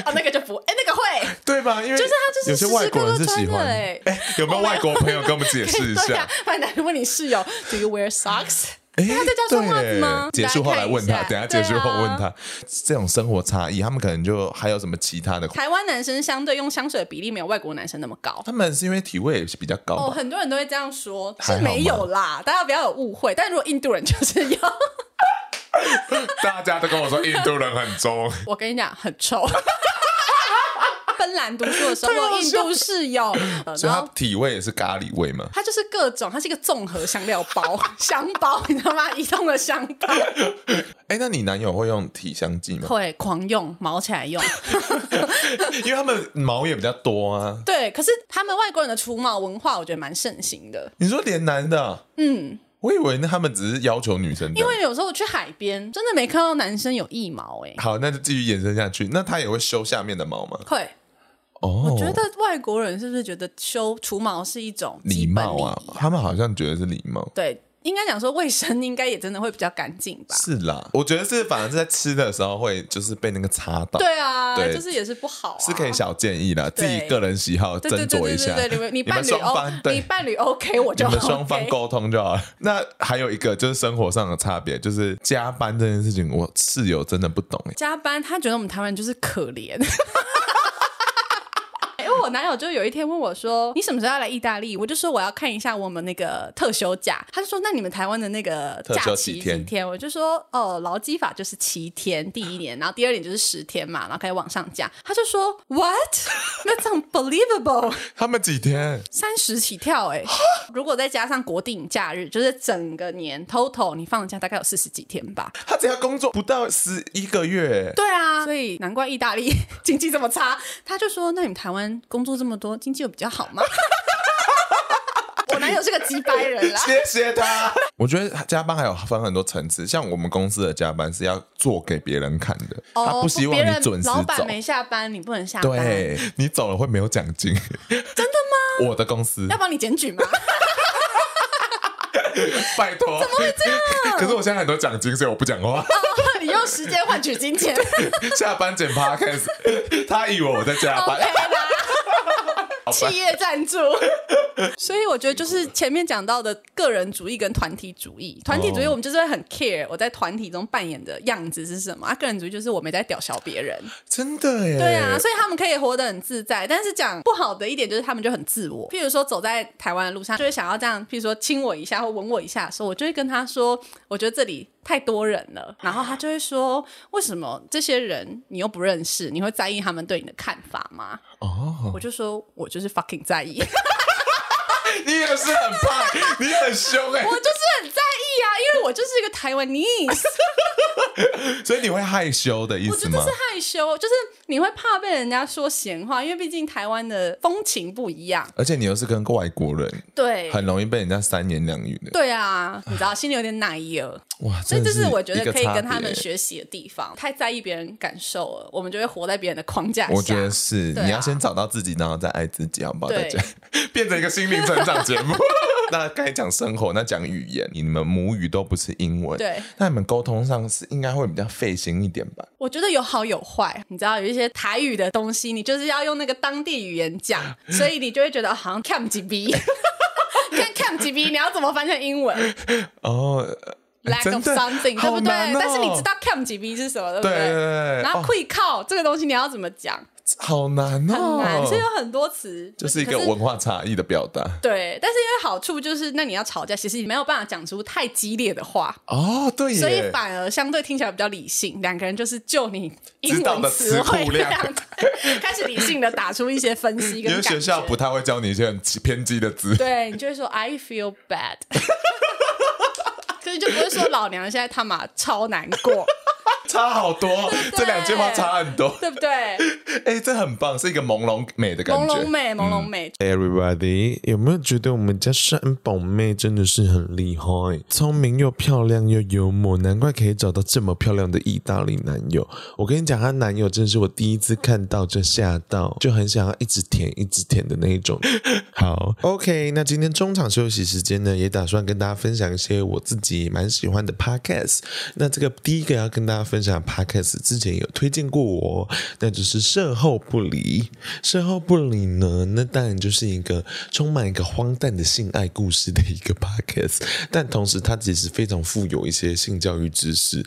[SPEAKER 2] 啊，那个就不，哎、那 个会，
[SPEAKER 1] 对吧？因为
[SPEAKER 2] 就是他就是
[SPEAKER 1] 有些外国人是喜
[SPEAKER 2] 时时刻刻
[SPEAKER 1] 欢
[SPEAKER 2] 穿的 哎，
[SPEAKER 1] 哎，有没有外国朋友跟我们解释一
[SPEAKER 2] 对
[SPEAKER 1] 下
[SPEAKER 2] 啊？，不然男人问你室友，Do you wear socks？
[SPEAKER 1] 哎，
[SPEAKER 2] 他在家穿袜子吗
[SPEAKER 1] 对结束后来问他，
[SPEAKER 2] 大
[SPEAKER 1] 等一下
[SPEAKER 2] 家看一下啊
[SPEAKER 1] 结束后问他，这种生活差异，他们可能就还有什么其他的？
[SPEAKER 2] 台湾男生相对用香水的比例没有外国男生那么高。
[SPEAKER 1] 他们是因为体味也是比较高
[SPEAKER 2] 哦，
[SPEAKER 1] 吧？
[SPEAKER 2] 很多人都会这样说，
[SPEAKER 1] 还好
[SPEAKER 2] 是
[SPEAKER 1] 吗
[SPEAKER 2] 没有啦，大家不要有误会。但如果印度人就是有，
[SPEAKER 1] 大家都跟我说印度人很重，
[SPEAKER 2] 我跟你讲，很臭。 芬兰读书的时候，
[SPEAKER 1] 太好笑了
[SPEAKER 2] 我有印度室友，呃
[SPEAKER 1] 所以
[SPEAKER 2] 然
[SPEAKER 1] 他
[SPEAKER 2] 后
[SPEAKER 1] 体味也是咖喱味嘛。
[SPEAKER 2] 它就是各种，它是一个综合香料包， 香包，你知道吗？移动的香包，
[SPEAKER 1] 哎，那你男友会用体香剂吗？
[SPEAKER 2] 会狂用，毛起来用。
[SPEAKER 1] 因为他们毛也比较多啊。
[SPEAKER 2] 对，可是他们外国人的除毛文化，我觉得蛮盛行的。
[SPEAKER 1] 你说连男的、嗯，我以为那他们只是要求女生的。
[SPEAKER 2] 因为有时候我去海边，真的没看到男生有腋毛哎、
[SPEAKER 1] 好，那就继续延伸下去。那他也会修下面的毛吗？
[SPEAKER 2] 会，
[SPEAKER 1] 哦，
[SPEAKER 2] 我觉得外国人是不是觉得修除毛是一种基
[SPEAKER 1] 礼
[SPEAKER 2] 本
[SPEAKER 1] 貌啊
[SPEAKER 2] 礼仪，
[SPEAKER 1] 他们好像觉得是礼貌。
[SPEAKER 2] 对，应该讲说卫生应该也真的会比较干净吧？
[SPEAKER 1] 是啊啦，我觉得是，反而是在吃的时候会就是被那个擦到，
[SPEAKER 2] 对啊，
[SPEAKER 1] 对
[SPEAKER 2] 就是也是不好、啊，
[SPEAKER 1] 是可以小建议啦，自
[SPEAKER 2] 对
[SPEAKER 1] 己个人喜好
[SPEAKER 2] 对对
[SPEAKER 1] 斟
[SPEAKER 2] 对
[SPEAKER 1] 酌一
[SPEAKER 2] 对对
[SPEAKER 1] 下。
[SPEAKER 2] 对，你们你
[SPEAKER 1] 们
[SPEAKER 2] 伴侣
[SPEAKER 1] 双
[SPEAKER 2] O，
[SPEAKER 1] 方
[SPEAKER 2] 你
[SPEAKER 1] 对。
[SPEAKER 2] 伴侣 OK，我
[SPEAKER 1] 你
[SPEAKER 2] 就 OK
[SPEAKER 1] 们双方沟通就好了。那还有一个就是生活上的差别，就是加班这件事情，我室友真的不懂哎、
[SPEAKER 2] 加班，他觉得我们台湾人就是可怜。因为我男友就有一天问我说：“你什么时候要来意大利？”我就说哦我要看一下我们那个特休假。他就说：“那你们台湾的那个
[SPEAKER 1] 特
[SPEAKER 2] 假
[SPEAKER 1] 休
[SPEAKER 2] 期
[SPEAKER 1] 几
[SPEAKER 2] 几
[SPEAKER 1] 天
[SPEAKER 2] 我就说：“哦，劳基法就是七天，第一年，然后第二年就是十天嘛，然后可以往上加。”他就说：“What? That's unbelievable！”
[SPEAKER 1] 他们几天？
[SPEAKER 2] 三十起跳哎、如果再加上国定假日，就是整个年 total 你放假大概有四十几天吧。
[SPEAKER 1] 他只要工作不到十一个月、
[SPEAKER 2] 对啊，所以难怪意大利 经济这么差。他就说：“那你们台湾工作这么多，经济有比 较好吗？”我男友是个鸡掰人啦，
[SPEAKER 1] 谢谢 他。我觉得加班还有分很多层次，像我们公司的加班是要做给别人看的，他
[SPEAKER 2] 哦，
[SPEAKER 1] 不希望
[SPEAKER 2] 别
[SPEAKER 1] 你
[SPEAKER 2] 人
[SPEAKER 1] 准时
[SPEAKER 2] 老
[SPEAKER 1] 走
[SPEAKER 2] 板。没下班，你不能下班，
[SPEAKER 1] 对你走了会没有奖金，真的 吗？我的公司
[SPEAKER 2] 要帮你检举吗？
[SPEAKER 1] 拜托，怎么会这样？ 可是我现在很多奖金，所以我不讲话。
[SPEAKER 2] 你用时间换取金 钱
[SPEAKER 1] 下班剪 podcast，他以为我在加
[SPEAKER 2] ，OK
[SPEAKER 1] 班。
[SPEAKER 2] 啦。 企业赞助， 所以我觉得就是前面讲到的个人主义跟团体主义。团体主义
[SPEAKER 1] 哦
[SPEAKER 2] 我们就是会很 care 我在团体中扮演的样子是什么，啊，个人主义就是我没在吊销别人。
[SPEAKER 1] 真的耶！
[SPEAKER 2] 对啊，所以他们可以活得很自在。但是讲不好的一点就是他们就很自我，譬如说走在台湾的路上，就会想要这样，譬如说亲我一下或吻我一下的时候，我就会跟他说，我觉得这里太多人了。然后他就会说，为什么这些人你又不认识，你会在意他们对你的看法吗？
[SPEAKER 1] 哦，
[SPEAKER 2] 我就说我就是 fucking 在 意，
[SPEAKER 1] 你也是很怕，你很凶哎
[SPEAKER 4] 欸
[SPEAKER 2] 我。就是很在意啊，因为我就是一个台湾 n e s
[SPEAKER 4] 所以你会害羞的意
[SPEAKER 2] 我
[SPEAKER 4] 思
[SPEAKER 2] 觉得
[SPEAKER 4] 吗
[SPEAKER 2] 是？害羞，就是你会怕被人家说闲话，因为毕竟台湾的风情不一样。
[SPEAKER 4] 而且你又是跟外国人，
[SPEAKER 2] 对，
[SPEAKER 4] 很容易被人家三言两语的。
[SPEAKER 2] 对啊，你知道，心里有点奶油。
[SPEAKER 4] 哇，
[SPEAKER 2] 所以这
[SPEAKER 4] 真的
[SPEAKER 2] 是我觉
[SPEAKER 4] 一
[SPEAKER 2] 得
[SPEAKER 4] 个
[SPEAKER 2] 可以
[SPEAKER 4] 差
[SPEAKER 2] 跟他们
[SPEAKER 4] 别
[SPEAKER 2] 学习的地方，太在意别人感受了，我们就会活在别人的框架下。
[SPEAKER 4] 我觉得是，
[SPEAKER 2] 对啊
[SPEAKER 4] 你要先找到自己，然后再爱自己，好不好？大
[SPEAKER 2] 对
[SPEAKER 4] 家变成一个心灵成长节目。 那该讲生活，那讲语言，你们母语都不是英文，
[SPEAKER 2] 对，
[SPEAKER 4] 那你们沟通上是应该会比较费心一点吧？
[SPEAKER 2] 我觉得有好有坏，你知道有一些台语的东西，你就是要用那个当地语言 讲，所以你就会觉得好像 cam 几 b，看 cam 几 b，你要怎么翻成 英文
[SPEAKER 4] 哦，呃
[SPEAKER 2] ？lack
[SPEAKER 4] 真
[SPEAKER 2] of
[SPEAKER 4] 的
[SPEAKER 2] something，对
[SPEAKER 4] 好
[SPEAKER 2] 不对？
[SPEAKER 4] 难哦
[SPEAKER 2] 但是你知道 cam 几 b 是什么，对不
[SPEAKER 4] 对对对对
[SPEAKER 2] 然后
[SPEAKER 4] 哦
[SPEAKER 2] quick call 这个东西你要怎么讲，
[SPEAKER 4] 好难
[SPEAKER 2] 很
[SPEAKER 4] 哦，
[SPEAKER 2] 难，所以有很多词
[SPEAKER 4] 就是一
[SPEAKER 2] 可
[SPEAKER 4] 个文化差异的表达。
[SPEAKER 2] 对，但是因为好处就是，那你要吵架，其实你没有办法讲出太激烈的话，
[SPEAKER 4] 哦，对耶，
[SPEAKER 2] 所以反而相对听起来比较理性。两个人就是就你英
[SPEAKER 4] 知道
[SPEAKER 2] 文
[SPEAKER 4] 的
[SPEAKER 2] 词汇
[SPEAKER 4] 词库量
[SPEAKER 2] 量，对开始理性的打出一些分析跟
[SPEAKER 4] 因为
[SPEAKER 2] 感觉。
[SPEAKER 4] 学校不太会教你一些很偏激的字。
[SPEAKER 2] 对你就会说 I feel bad，可是就不会说老娘现在他妈超难过，
[SPEAKER 4] 差好多，这两句话差很多。
[SPEAKER 2] 对不对？
[SPEAKER 4] 哎、这很棒，是一个朦胧美的感
[SPEAKER 2] 朦
[SPEAKER 4] 觉。
[SPEAKER 2] 胧美，朦胧美，
[SPEAKER 1] Everybody，有没有觉得我们家山宝妹真的是很厉害？聪明又漂亮又幽默，难怪可以找到这么漂亮的意大利男友。我跟你讲，她男友真的是我第一次看到就吓到，就很想要一直舔一直舔的那一种。好，OK，那今天中场休息时间呢，也打算跟大家分享一些我自己蛮喜欢的 Podcast。那这个第一个要跟大家分享的 Podcast，之前有推荐过我，那就是《售后不离》。售后不理呢，那当然就是一个充满一个荒诞的性爱故事的一个 podcast，但同时它其实非常富有一些性教育知识。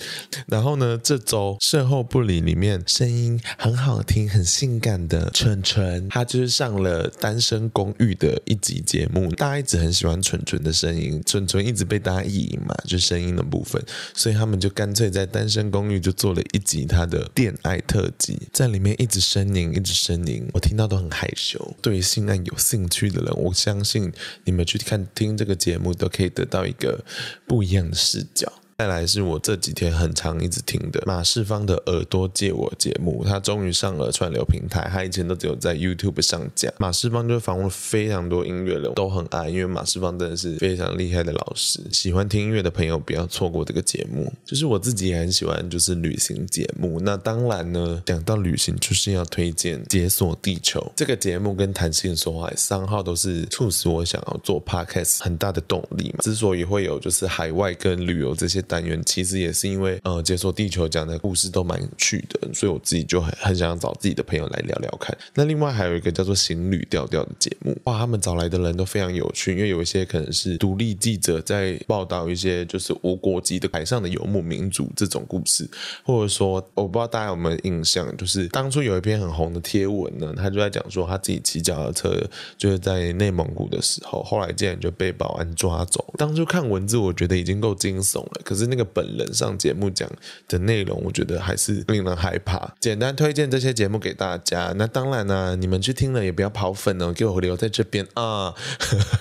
[SPEAKER 1] 然后呢，这周售后不理里面声音很好听、很性感的蠢蠢，他就是上了《单身公寓》的一集节目，大家一直很喜欢蠢蠢的声音，蠢蠢一直被大家意淫嘛，就声音的部分，所以他们就干脆在《单身公寓》就做了一集他的恋爱特辑，在里面一直呻吟，一直呻吟，我听到都很害羞。对于性爱有兴趣的人，我相信你们去看听这个节目，都可以得到一个不一样的视角。再来是我这几天很常一直听的马世芳的《耳朵借我》节目，他终于上了串流平台，他以前都只有在 YouTube 上架。马世芳就访问了非常多音乐人，我都很爱，因为马世芳真的是非常厉害的老师。喜欢听音乐的朋友不要错过这个节目，就是我自己也很喜欢，就是旅行节目。那当然呢，讲到旅行，就是要推荐《解锁地球》这个节目，跟谈性说话三号都是促使我想要做 podcast 很大的动力嘛。之所以会有就是海外跟旅游这些单元，其实也是因为呃，解锁地球讲的故事都蛮有趣的，所以我自己就很很想要找自己的朋友来聊聊看。那另外还有一个叫做行旅调调的节目，哇，他们找来的人都非常有趣，因为有一些可能是独立记者在报道一些就是无国籍的海上的游牧民族这种故事，或者说我不知道大家有没有印象，就是当初有一篇很红的贴文呢，他就在讲说他自己骑脚踏车就是在内蒙古的时候，后来竟然就被保安抓走了。当初看文字我觉得已经够惊悚了，可是那个本人上节目讲的内容，我觉得还是令人害怕。简单推荐这些节目给大家。那当然呢、啊你们去听了也不要跑粉哦，给我留在这边啊，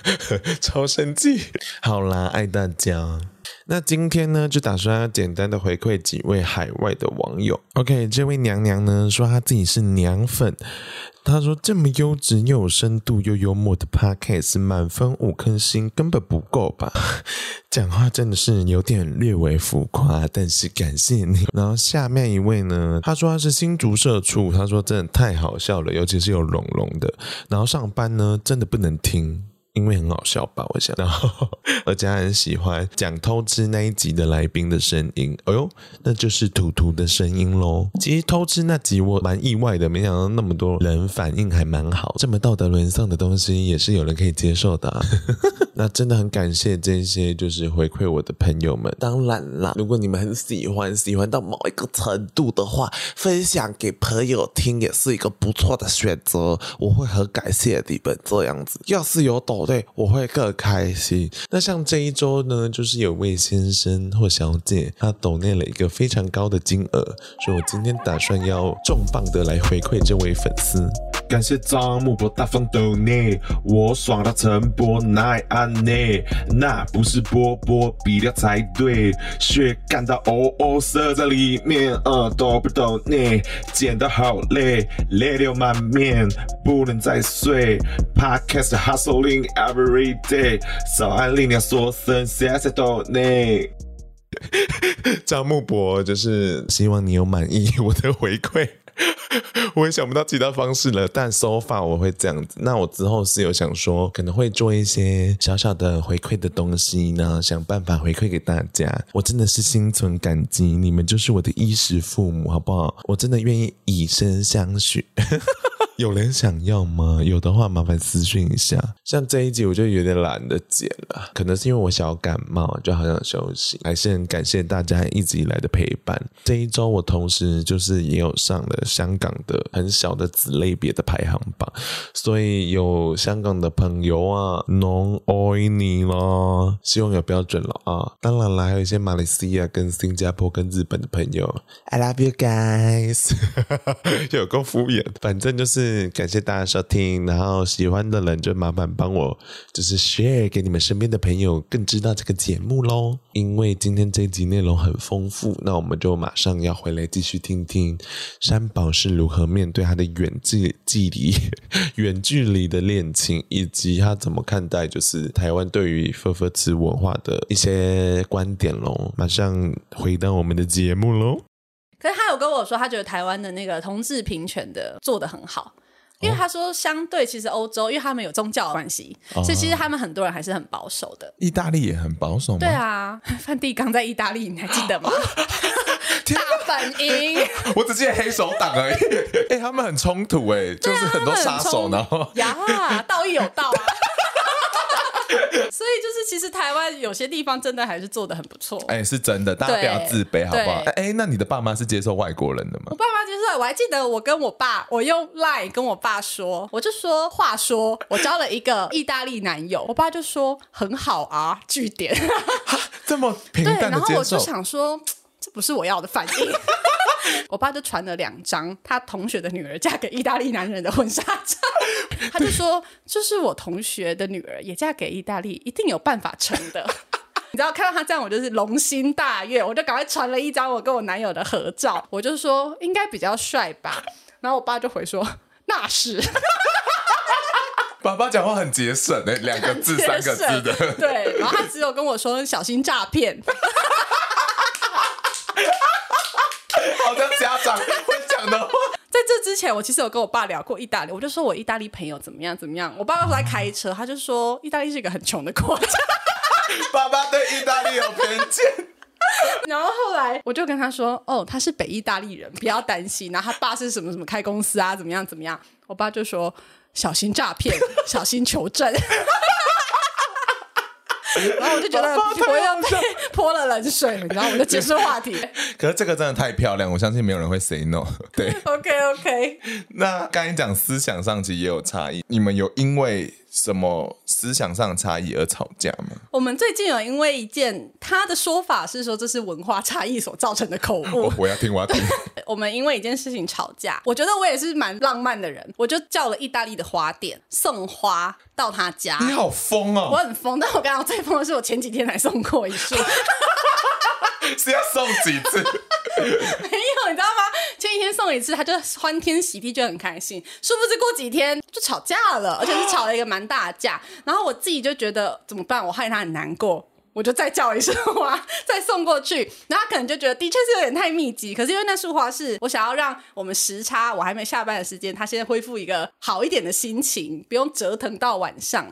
[SPEAKER 1] 超生气。好啦，爱大家。那今天呢，就打算要简单的回馈几位海外的网友。OK，这位娘娘呢说她自己是娘粉，她说这么优质又有深度又幽默的 Podcast，满分五颗星根本不够吧？讲话真的是有点略微浮夸，但是感谢你。然后下面一位呢，她说她是新竹社畜，她说真的太好笑了，尤其是有龙龙的。然后上班呢，真的不能听。因为很好笑吧，我想。然后我家人喜欢讲偷吃那一集的来宾的声音，哎呦，那就是图图的声音喽。其实偷吃那集我蛮意外的，没想到那么多人反应还蛮好，这么道德沦丧的东西也是有人可以接受的、啊。那真的很感谢这些就是回馈我的朋友们。当然啦，如果你们很喜欢，喜欢到某一个程度的话，分享给朋友听也是一个不错的选择。我会很感谢你们这样子。要是有抖对，我会更开心。那像这一周呢，就是有位先生或小姐，他抖内了一个非常高的金额，所以我今天打算要重磅的来回馈这位粉丝。感谢张木博大方抖内，我爽到陈波奈安内，那不是波波比较才对，血干到哦哦射在里面，呃，懂不懂内？剪得好累，泪流满面，不能再睡。Podcast hustling every day，早安力量说声谢谢抖内。 张木博，就是希望你有满意我的回馈。 我也想不到其他方式了，但 so far 我会这样子。那我之后是有想说，可能会做一些小小的回馈的东西呢，想办法回馈给大家。我真的是心存感激，你们就是我的衣食父母，好不好？我真的愿意以身相许。 有人想要吗？有的话，麻烦私讯一下。像这一集，我就有点懒得剪了，可能是因为我小感冒，就好想休息。还是很感谢大家一直以来的陪伴。这一周，我同时就是也有上了香港的很小的子类别的排行榜，所以有香港的朋友啊，侬爱你咯，希望有标准了啊。当然啦，还有一些马来西亚、跟新加坡、跟日本的朋友，I love you guys，有 够敷衍。反正就是感谢大家收听，然后喜欢的人就麻烦帮我就是 share 给你们身边的朋友，更知道这个节目喽。因为今天这一集内容很丰富，那我们就马上要回来继续听听山宝是如何面对他的远距 距离、远距离的恋情，以及他怎么看待就是台湾对于佛佛吃文化的一些观点喽。马上回到我们的节目喽。
[SPEAKER 2] 可是他有跟我说，他觉得台湾的那个同志平权的做得很好，因为他说相对其实欧洲，因为他们有宗教的关系，所以其实他们很多人还是很保守的。
[SPEAKER 5] 意大利也很保守吗？
[SPEAKER 2] 对啊， 梵蒂冈在意大利，你还记 得吗？大本营，
[SPEAKER 5] 我只记得黑手党而已。 哎、他们很冲突哎、就是很多杀手，然后
[SPEAKER 2] 呀，道义有道啊。 所以就是，其实台湾有些地方真的还是做的很不错。
[SPEAKER 5] 哎、是真的，大家不要自卑好不好？
[SPEAKER 2] 对
[SPEAKER 5] 哎、那你的爸妈是接受外国人的吗
[SPEAKER 2] 我？爸妈就是，我还记得我跟我爸，我用 Line 跟我爸说，我就说，话说我交了一个意大利男友，我爸就说很好啊，据点。
[SPEAKER 5] 这么平
[SPEAKER 2] 对，
[SPEAKER 5] 淡
[SPEAKER 2] 然
[SPEAKER 5] 的
[SPEAKER 2] 后
[SPEAKER 5] 接
[SPEAKER 2] 我
[SPEAKER 5] 受，
[SPEAKER 2] 就想说，这不是我要的反应。 我爸就传了两张他同学的女儿嫁给意大利男人的婚纱 照，他就说：“这是我同学的女儿，也嫁给意大利，一定有办法成的。” 你知道看到他这样，我就是龙心大悦，我就赶快传了一张我跟我男友的合照，我就说应该比较帅吧。然后我爸就回说：“那是。”
[SPEAKER 5] 爸爸讲话很节省哎、两个字、 三个字的。
[SPEAKER 2] 对，然后他只有跟我说小心诈骗，
[SPEAKER 5] 好像家长会讲的话。
[SPEAKER 2] 在这之前，我其实有跟我爸聊过意大利，我就说我意大利朋友怎么样怎么样。我爸后来开车，他就说意大利是一个很穷的国家。
[SPEAKER 5] 爸爸对意大利有偏 见，
[SPEAKER 2] 然后后来我就跟他说，哦，他是北意大利人，不要担心。然后他爸是什么什么开公司啊，怎么样怎么样。我爸就说小心诈骗，小心求证。然哦后我就觉得我又被 泼了冷水，然后我就结束话题。
[SPEAKER 5] 可是这个真的太漂亮，我相信没有人会 say no。对，
[SPEAKER 2] OK OK，
[SPEAKER 5] 那刚才讲思想上其实也有差异，你们有因为什么思想上的差异而吵架吗？
[SPEAKER 2] 我们最近有因为一件，他的说法是说这是文化差异所造成的口误
[SPEAKER 5] 我。我要听，我要 听。
[SPEAKER 2] 我们因为一件事情吵架，我觉得我也是蛮浪漫的人，我就叫了意大利的花店送花到他家。
[SPEAKER 5] 你好疯
[SPEAKER 2] 我
[SPEAKER 5] 哦，
[SPEAKER 2] 很疯，但我刚刚最疯的是我前几天才送过一束，
[SPEAKER 5] 是要送几 次？
[SPEAKER 2] 没有，你知道吗？前几天送一次，他就欢天喜地，就很开心。殊不知过几天就吵架了，而且是吵了一个蛮大的架。然后我自己就觉得怎么办？我害他很难过。我就再叫一束花， 再送过去，然后他可能就觉得的确是有点太密集，可是因为那束花是我想要让我们时差，我还没下班的时间，他先恢复一个好一点的心情，不用折腾到晚上。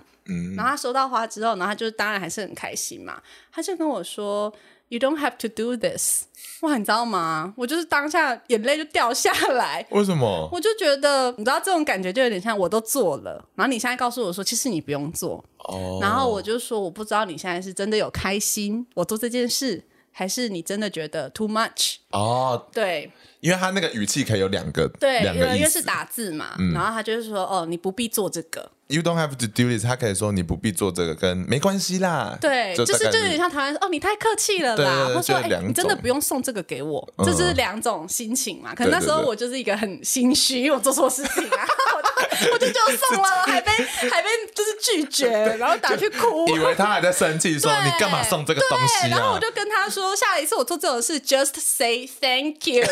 [SPEAKER 2] 然后他收到花之后，然后他就当然还是很开心嘛，他就跟我说：“You don't have to do this。”哇，你知道吗？我就是当下眼泪就掉下来，
[SPEAKER 5] 为什么？
[SPEAKER 2] 我就觉得，你知道这种感觉就有点像我都做了，然后你现在告诉我说，其实你不用做，
[SPEAKER 5] 哦
[SPEAKER 2] 然后我就说我不知道你现在是真的有开心，我做这件事。还是你真的觉得 too much？
[SPEAKER 1] 哦，
[SPEAKER 2] 对
[SPEAKER 1] 因为他那个语气可以有两个
[SPEAKER 2] 对，
[SPEAKER 1] 两
[SPEAKER 2] 因
[SPEAKER 1] 个
[SPEAKER 2] 为因
[SPEAKER 1] 意
[SPEAKER 2] 为是
[SPEAKER 1] 思。嗯
[SPEAKER 2] 打字嘛，然后他就是说哦，你不必做这个。
[SPEAKER 1] You don't have to do this，他可以说你不必做这个，跟没关系啦。
[SPEAKER 2] 对，就
[SPEAKER 1] 大
[SPEAKER 2] 是
[SPEAKER 1] 概
[SPEAKER 2] 就有点像台湾说哦，你太客气了啦，
[SPEAKER 1] 对对对
[SPEAKER 2] 或者说
[SPEAKER 1] 就
[SPEAKER 2] 哎、
[SPEAKER 1] 两种嗯
[SPEAKER 2] 你真的不用送这个给我，这就是两种心情嘛。可
[SPEAKER 1] 对对
[SPEAKER 2] 能那时候
[SPEAKER 1] 对
[SPEAKER 2] 我就是一个很心虚，因为我做错事情啊，我就我就就送了，还被还被就是拒绝，然后打去哭。
[SPEAKER 1] 以为他还在生气，说
[SPEAKER 2] 对
[SPEAKER 1] 你干嘛送这个东
[SPEAKER 2] 对
[SPEAKER 1] 西
[SPEAKER 2] 然
[SPEAKER 1] 啊
[SPEAKER 2] 后我？就跟他说，下一次我做这种事，just say thank you。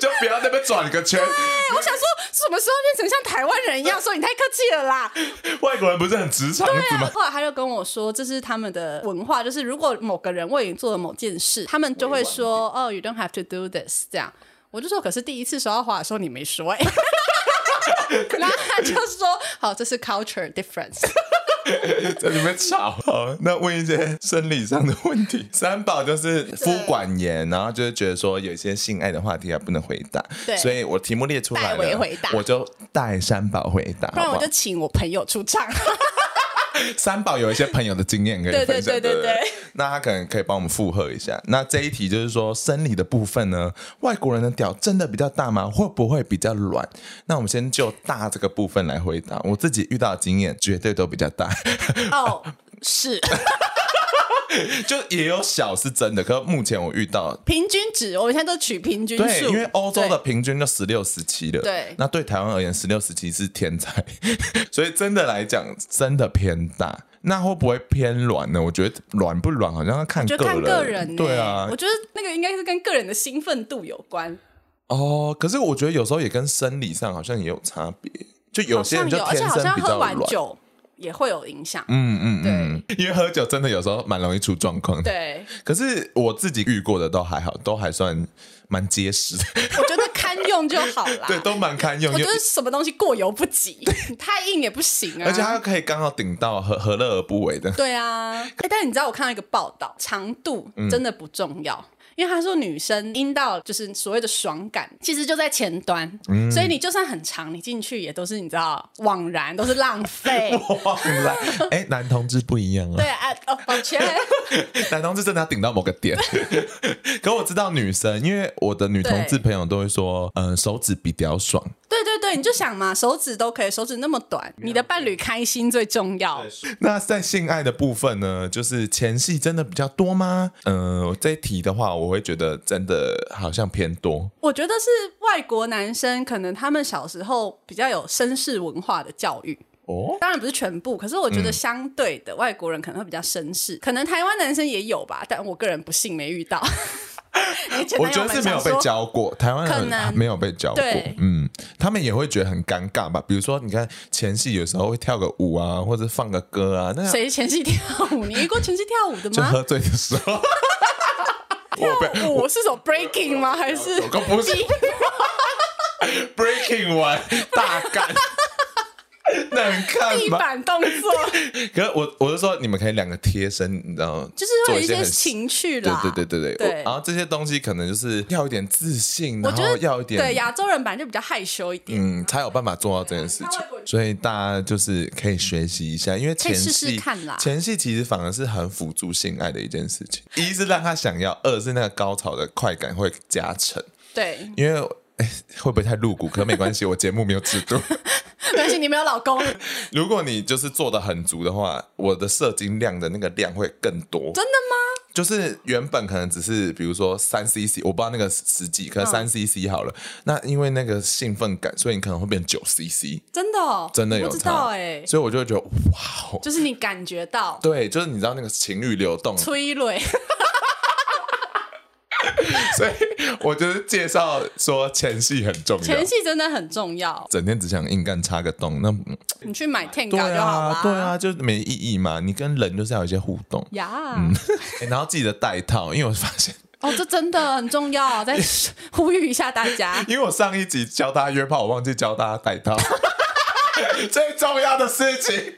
[SPEAKER 1] 就不要在那边转个圈。
[SPEAKER 2] 我想说，什么时候变成像台湾人一样说你太客气了啦？
[SPEAKER 1] 外国人不是很直肠子
[SPEAKER 2] 对啊
[SPEAKER 1] 吗？
[SPEAKER 2] 后来他就跟我说，这是他们的文化，就是如果某个人为你做了某件事，他们就会说：“哦、y o u don't have to do this。”这样。我就说，可是第一次说到话的时候你没说、 欸，然后他就说：“好，这是 culture difference。啊
[SPEAKER 1] 在里面吵。好，那问一些生理上的问题。 三宝就是夫管严，然后就是觉得说有一些性爱的话题还不能回答，
[SPEAKER 2] 对
[SPEAKER 1] 所以我题目列出来
[SPEAKER 2] 代为
[SPEAKER 1] 了，
[SPEAKER 2] 回答
[SPEAKER 1] 我就带三宝回答，”
[SPEAKER 2] 不然
[SPEAKER 1] 好
[SPEAKER 2] 我
[SPEAKER 1] 不好
[SPEAKER 2] 就请我朋友出场。
[SPEAKER 1] 三宝有一些朋友的经验可以
[SPEAKER 2] 对对
[SPEAKER 1] 分享，
[SPEAKER 2] 对对
[SPEAKER 1] 不
[SPEAKER 2] 对
[SPEAKER 1] 那他可能可以帮我们附和一下。那这一题就是说生理的部分呢，外国人的屌真的比较大吗？会不会比较软？那我们先就大这个部分来回答。我自己遇到的经验绝对都比较大，
[SPEAKER 2] 哦，是
[SPEAKER 1] 就也有小是真的，可目前我遇到
[SPEAKER 2] 平均值，我们现在都取平均
[SPEAKER 1] 对，
[SPEAKER 2] 数，
[SPEAKER 1] 因为欧洲的
[SPEAKER 2] 对
[SPEAKER 1] 平均就十六、十七了。
[SPEAKER 2] 对
[SPEAKER 1] 那对台湾而言，十六、十七是天才， 所以真的来讲，真的偏大。那会不会偏软呢？我觉得软不软好像要看
[SPEAKER 2] 就
[SPEAKER 1] 个人。
[SPEAKER 2] 看个人、欸。
[SPEAKER 1] 对啊
[SPEAKER 2] 我，觉得那个应该是跟个人的兴奋度有关。
[SPEAKER 1] 哦，可是我觉得有时候也跟生理上好像也有差别，就有
[SPEAKER 2] 好
[SPEAKER 1] 些
[SPEAKER 2] 像
[SPEAKER 1] 人就
[SPEAKER 2] 有，而且
[SPEAKER 1] 天
[SPEAKER 2] 好
[SPEAKER 1] 生
[SPEAKER 2] 像
[SPEAKER 1] 比
[SPEAKER 2] 喝
[SPEAKER 1] 较
[SPEAKER 2] 完
[SPEAKER 1] 软。
[SPEAKER 2] 酒也会有影响。
[SPEAKER 1] 嗯嗯嗯
[SPEAKER 2] 对，
[SPEAKER 1] 因为喝酒真的有时候蛮容易出状况。，
[SPEAKER 2] 对，
[SPEAKER 1] 可是我自己遇过的都还好，都还算蛮结实的，
[SPEAKER 2] 我觉得堪用就好啦。
[SPEAKER 1] 对，都蛮堪用。
[SPEAKER 2] 啊我
[SPEAKER 1] 因
[SPEAKER 2] 觉
[SPEAKER 1] 为
[SPEAKER 2] 得什么东西过犹不及，你太硬也不行啊。
[SPEAKER 1] 而且它可以刚好顶到，何何乐而不为的？
[SPEAKER 2] 对啊，哎，但是你知道我看到一个报道，长度
[SPEAKER 1] 嗯
[SPEAKER 2] 真的不重要。因为他说女生阴道就是所谓的爽感，其实就在前端，
[SPEAKER 1] 嗯
[SPEAKER 2] 所以你就算很长，你进去也都是你知道枉然，都是 浪费。
[SPEAKER 1] 哇 塞！哎，男同志不一样啊
[SPEAKER 2] 对，啊，哦，抱歉，
[SPEAKER 1] 男同志真的要顶到某个点。 可我知道女生，因为我的女同志
[SPEAKER 2] 对
[SPEAKER 1] 朋友都会说，嗯、手指比屌爽。
[SPEAKER 2] 对对对，你就想嘛，手指都可以，手指那么短，你的伴侣开心最重要。
[SPEAKER 1] 那在性爱的部分呢，就是前戏真的比较多吗？嗯、我这一题的话，我会觉得真的好像偏多。
[SPEAKER 2] 我觉得是外国男生，可能他们小时候比较有绅士文化的教育。
[SPEAKER 1] 哦，
[SPEAKER 2] 当然不是全部，可是我觉得相对的、外国人可能会比较绅士，可能台湾男生也有吧，但我个人不幸没 遇到。你前
[SPEAKER 1] 我
[SPEAKER 2] 男
[SPEAKER 1] 觉
[SPEAKER 2] 友
[SPEAKER 1] 得
[SPEAKER 2] 们
[SPEAKER 1] 是没有
[SPEAKER 2] 想
[SPEAKER 1] 被
[SPEAKER 2] 说
[SPEAKER 1] 教过，
[SPEAKER 2] 哎
[SPEAKER 1] 台湾
[SPEAKER 2] 可能
[SPEAKER 1] 人没有被教过
[SPEAKER 2] 对。
[SPEAKER 1] 嗯，他们也会觉得很尴尬吧？比如说，你看前戏有时候会跳个舞啊，或者放个歌啊，那
[SPEAKER 2] 谁前戏跳舞？你遇过前戏跳舞的
[SPEAKER 1] 就
[SPEAKER 2] 吗？
[SPEAKER 1] 喝醉的时候。 我被
[SPEAKER 2] 跳舞是什么 breaking 吗？还是
[SPEAKER 1] 我刚不是 breaking 完大干， 能看
[SPEAKER 2] 地
[SPEAKER 1] 吗？
[SPEAKER 2] 板动作？
[SPEAKER 1] 可是我我是说，你们可以两个贴身，你知道吗？
[SPEAKER 2] 就是会
[SPEAKER 1] 做
[SPEAKER 2] 有
[SPEAKER 1] 一
[SPEAKER 2] 一
[SPEAKER 1] 些
[SPEAKER 2] 些
[SPEAKER 1] 很
[SPEAKER 2] 情趣
[SPEAKER 1] 对
[SPEAKER 2] 啦。
[SPEAKER 1] 对对对对。
[SPEAKER 2] 对
[SPEAKER 1] 我然后这些东西可能就是要一点自信，
[SPEAKER 2] 我
[SPEAKER 1] 然
[SPEAKER 2] 觉
[SPEAKER 1] 后
[SPEAKER 2] 得
[SPEAKER 1] 要一点
[SPEAKER 2] 对亚洲人本来就比较害羞一点，
[SPEAKER 1] 嗯，才有办法做到这件事情
[SPEAKER 2] 那外国。人
[SPEAKER 1] 所以大家就是可以学习一下，因为前戏
[SPEAKER 2] 可以试试看啦
[SPEAKER 1] 前戏其实反而是很辅助性爱的一件事情，一是让他想要，二是那个高潮的快感会加成。
[SPEAKER 2] 对，
[SPEAKER 1] 因为哎会不会太露骨？可没关系，我节目没有尺 度。
[SPEAKER 2] 没关系，你没有老公，真
[SPEAKER 1] 如果你就是做的很足的话，我的射精量的那个量会更多。
[SPEAKER 2] 的吗？
[SPEAKER 1] 就是原本可能只是比如说三 CC，我不知道那个实际，可能
[SPEAKER 2] 嗯
[SPEAKER 1] 三 CC 好了。那因为那个兴奋感，所以你可能会变九 CC，
[SPEAKER 2] 真的哦，
[SPEAKER 1] 真的
[SPEAKER 2] 我
[SPEAKER 1] 有
[SPEAKER 2] 不知
[SPEAKER 1] 差。
[SPEAKER 2] 道哎，
[SPEAKER 1] 所以我就会觉得哇哦，
[SPEAKER 2] 就是你感觉到
[SPEAKER 1] 对，就是你知道那个情欲流动，
[SPEAKER 2] 催泪。
[SPEAKER 1] 所以我就是介绍说前戏很重要
[SPEAKER 2] 前。戏真的很重要，
[SPEAKER 1] 整天只想硬干插个洞，那
[SPEAKER 2] 你去买 Tenga
[SPEAKER 1] 对
[SPEAKER 2] 就好啦。
[SPEAKER 1] 啊，对啊，就没意义嘛。你跟人就是要有一些互动。
[SPEAKER 2] 呀、
[SPEAKER 1] 欸然后记得带套，因为我发现，
[SPEAKER 2] 哦，这真的很重要，再呼吁一下大 家。
[SPEAKER 1] 因为我上一 集教大家约炮，我忘记教大家带套，最重要的事情。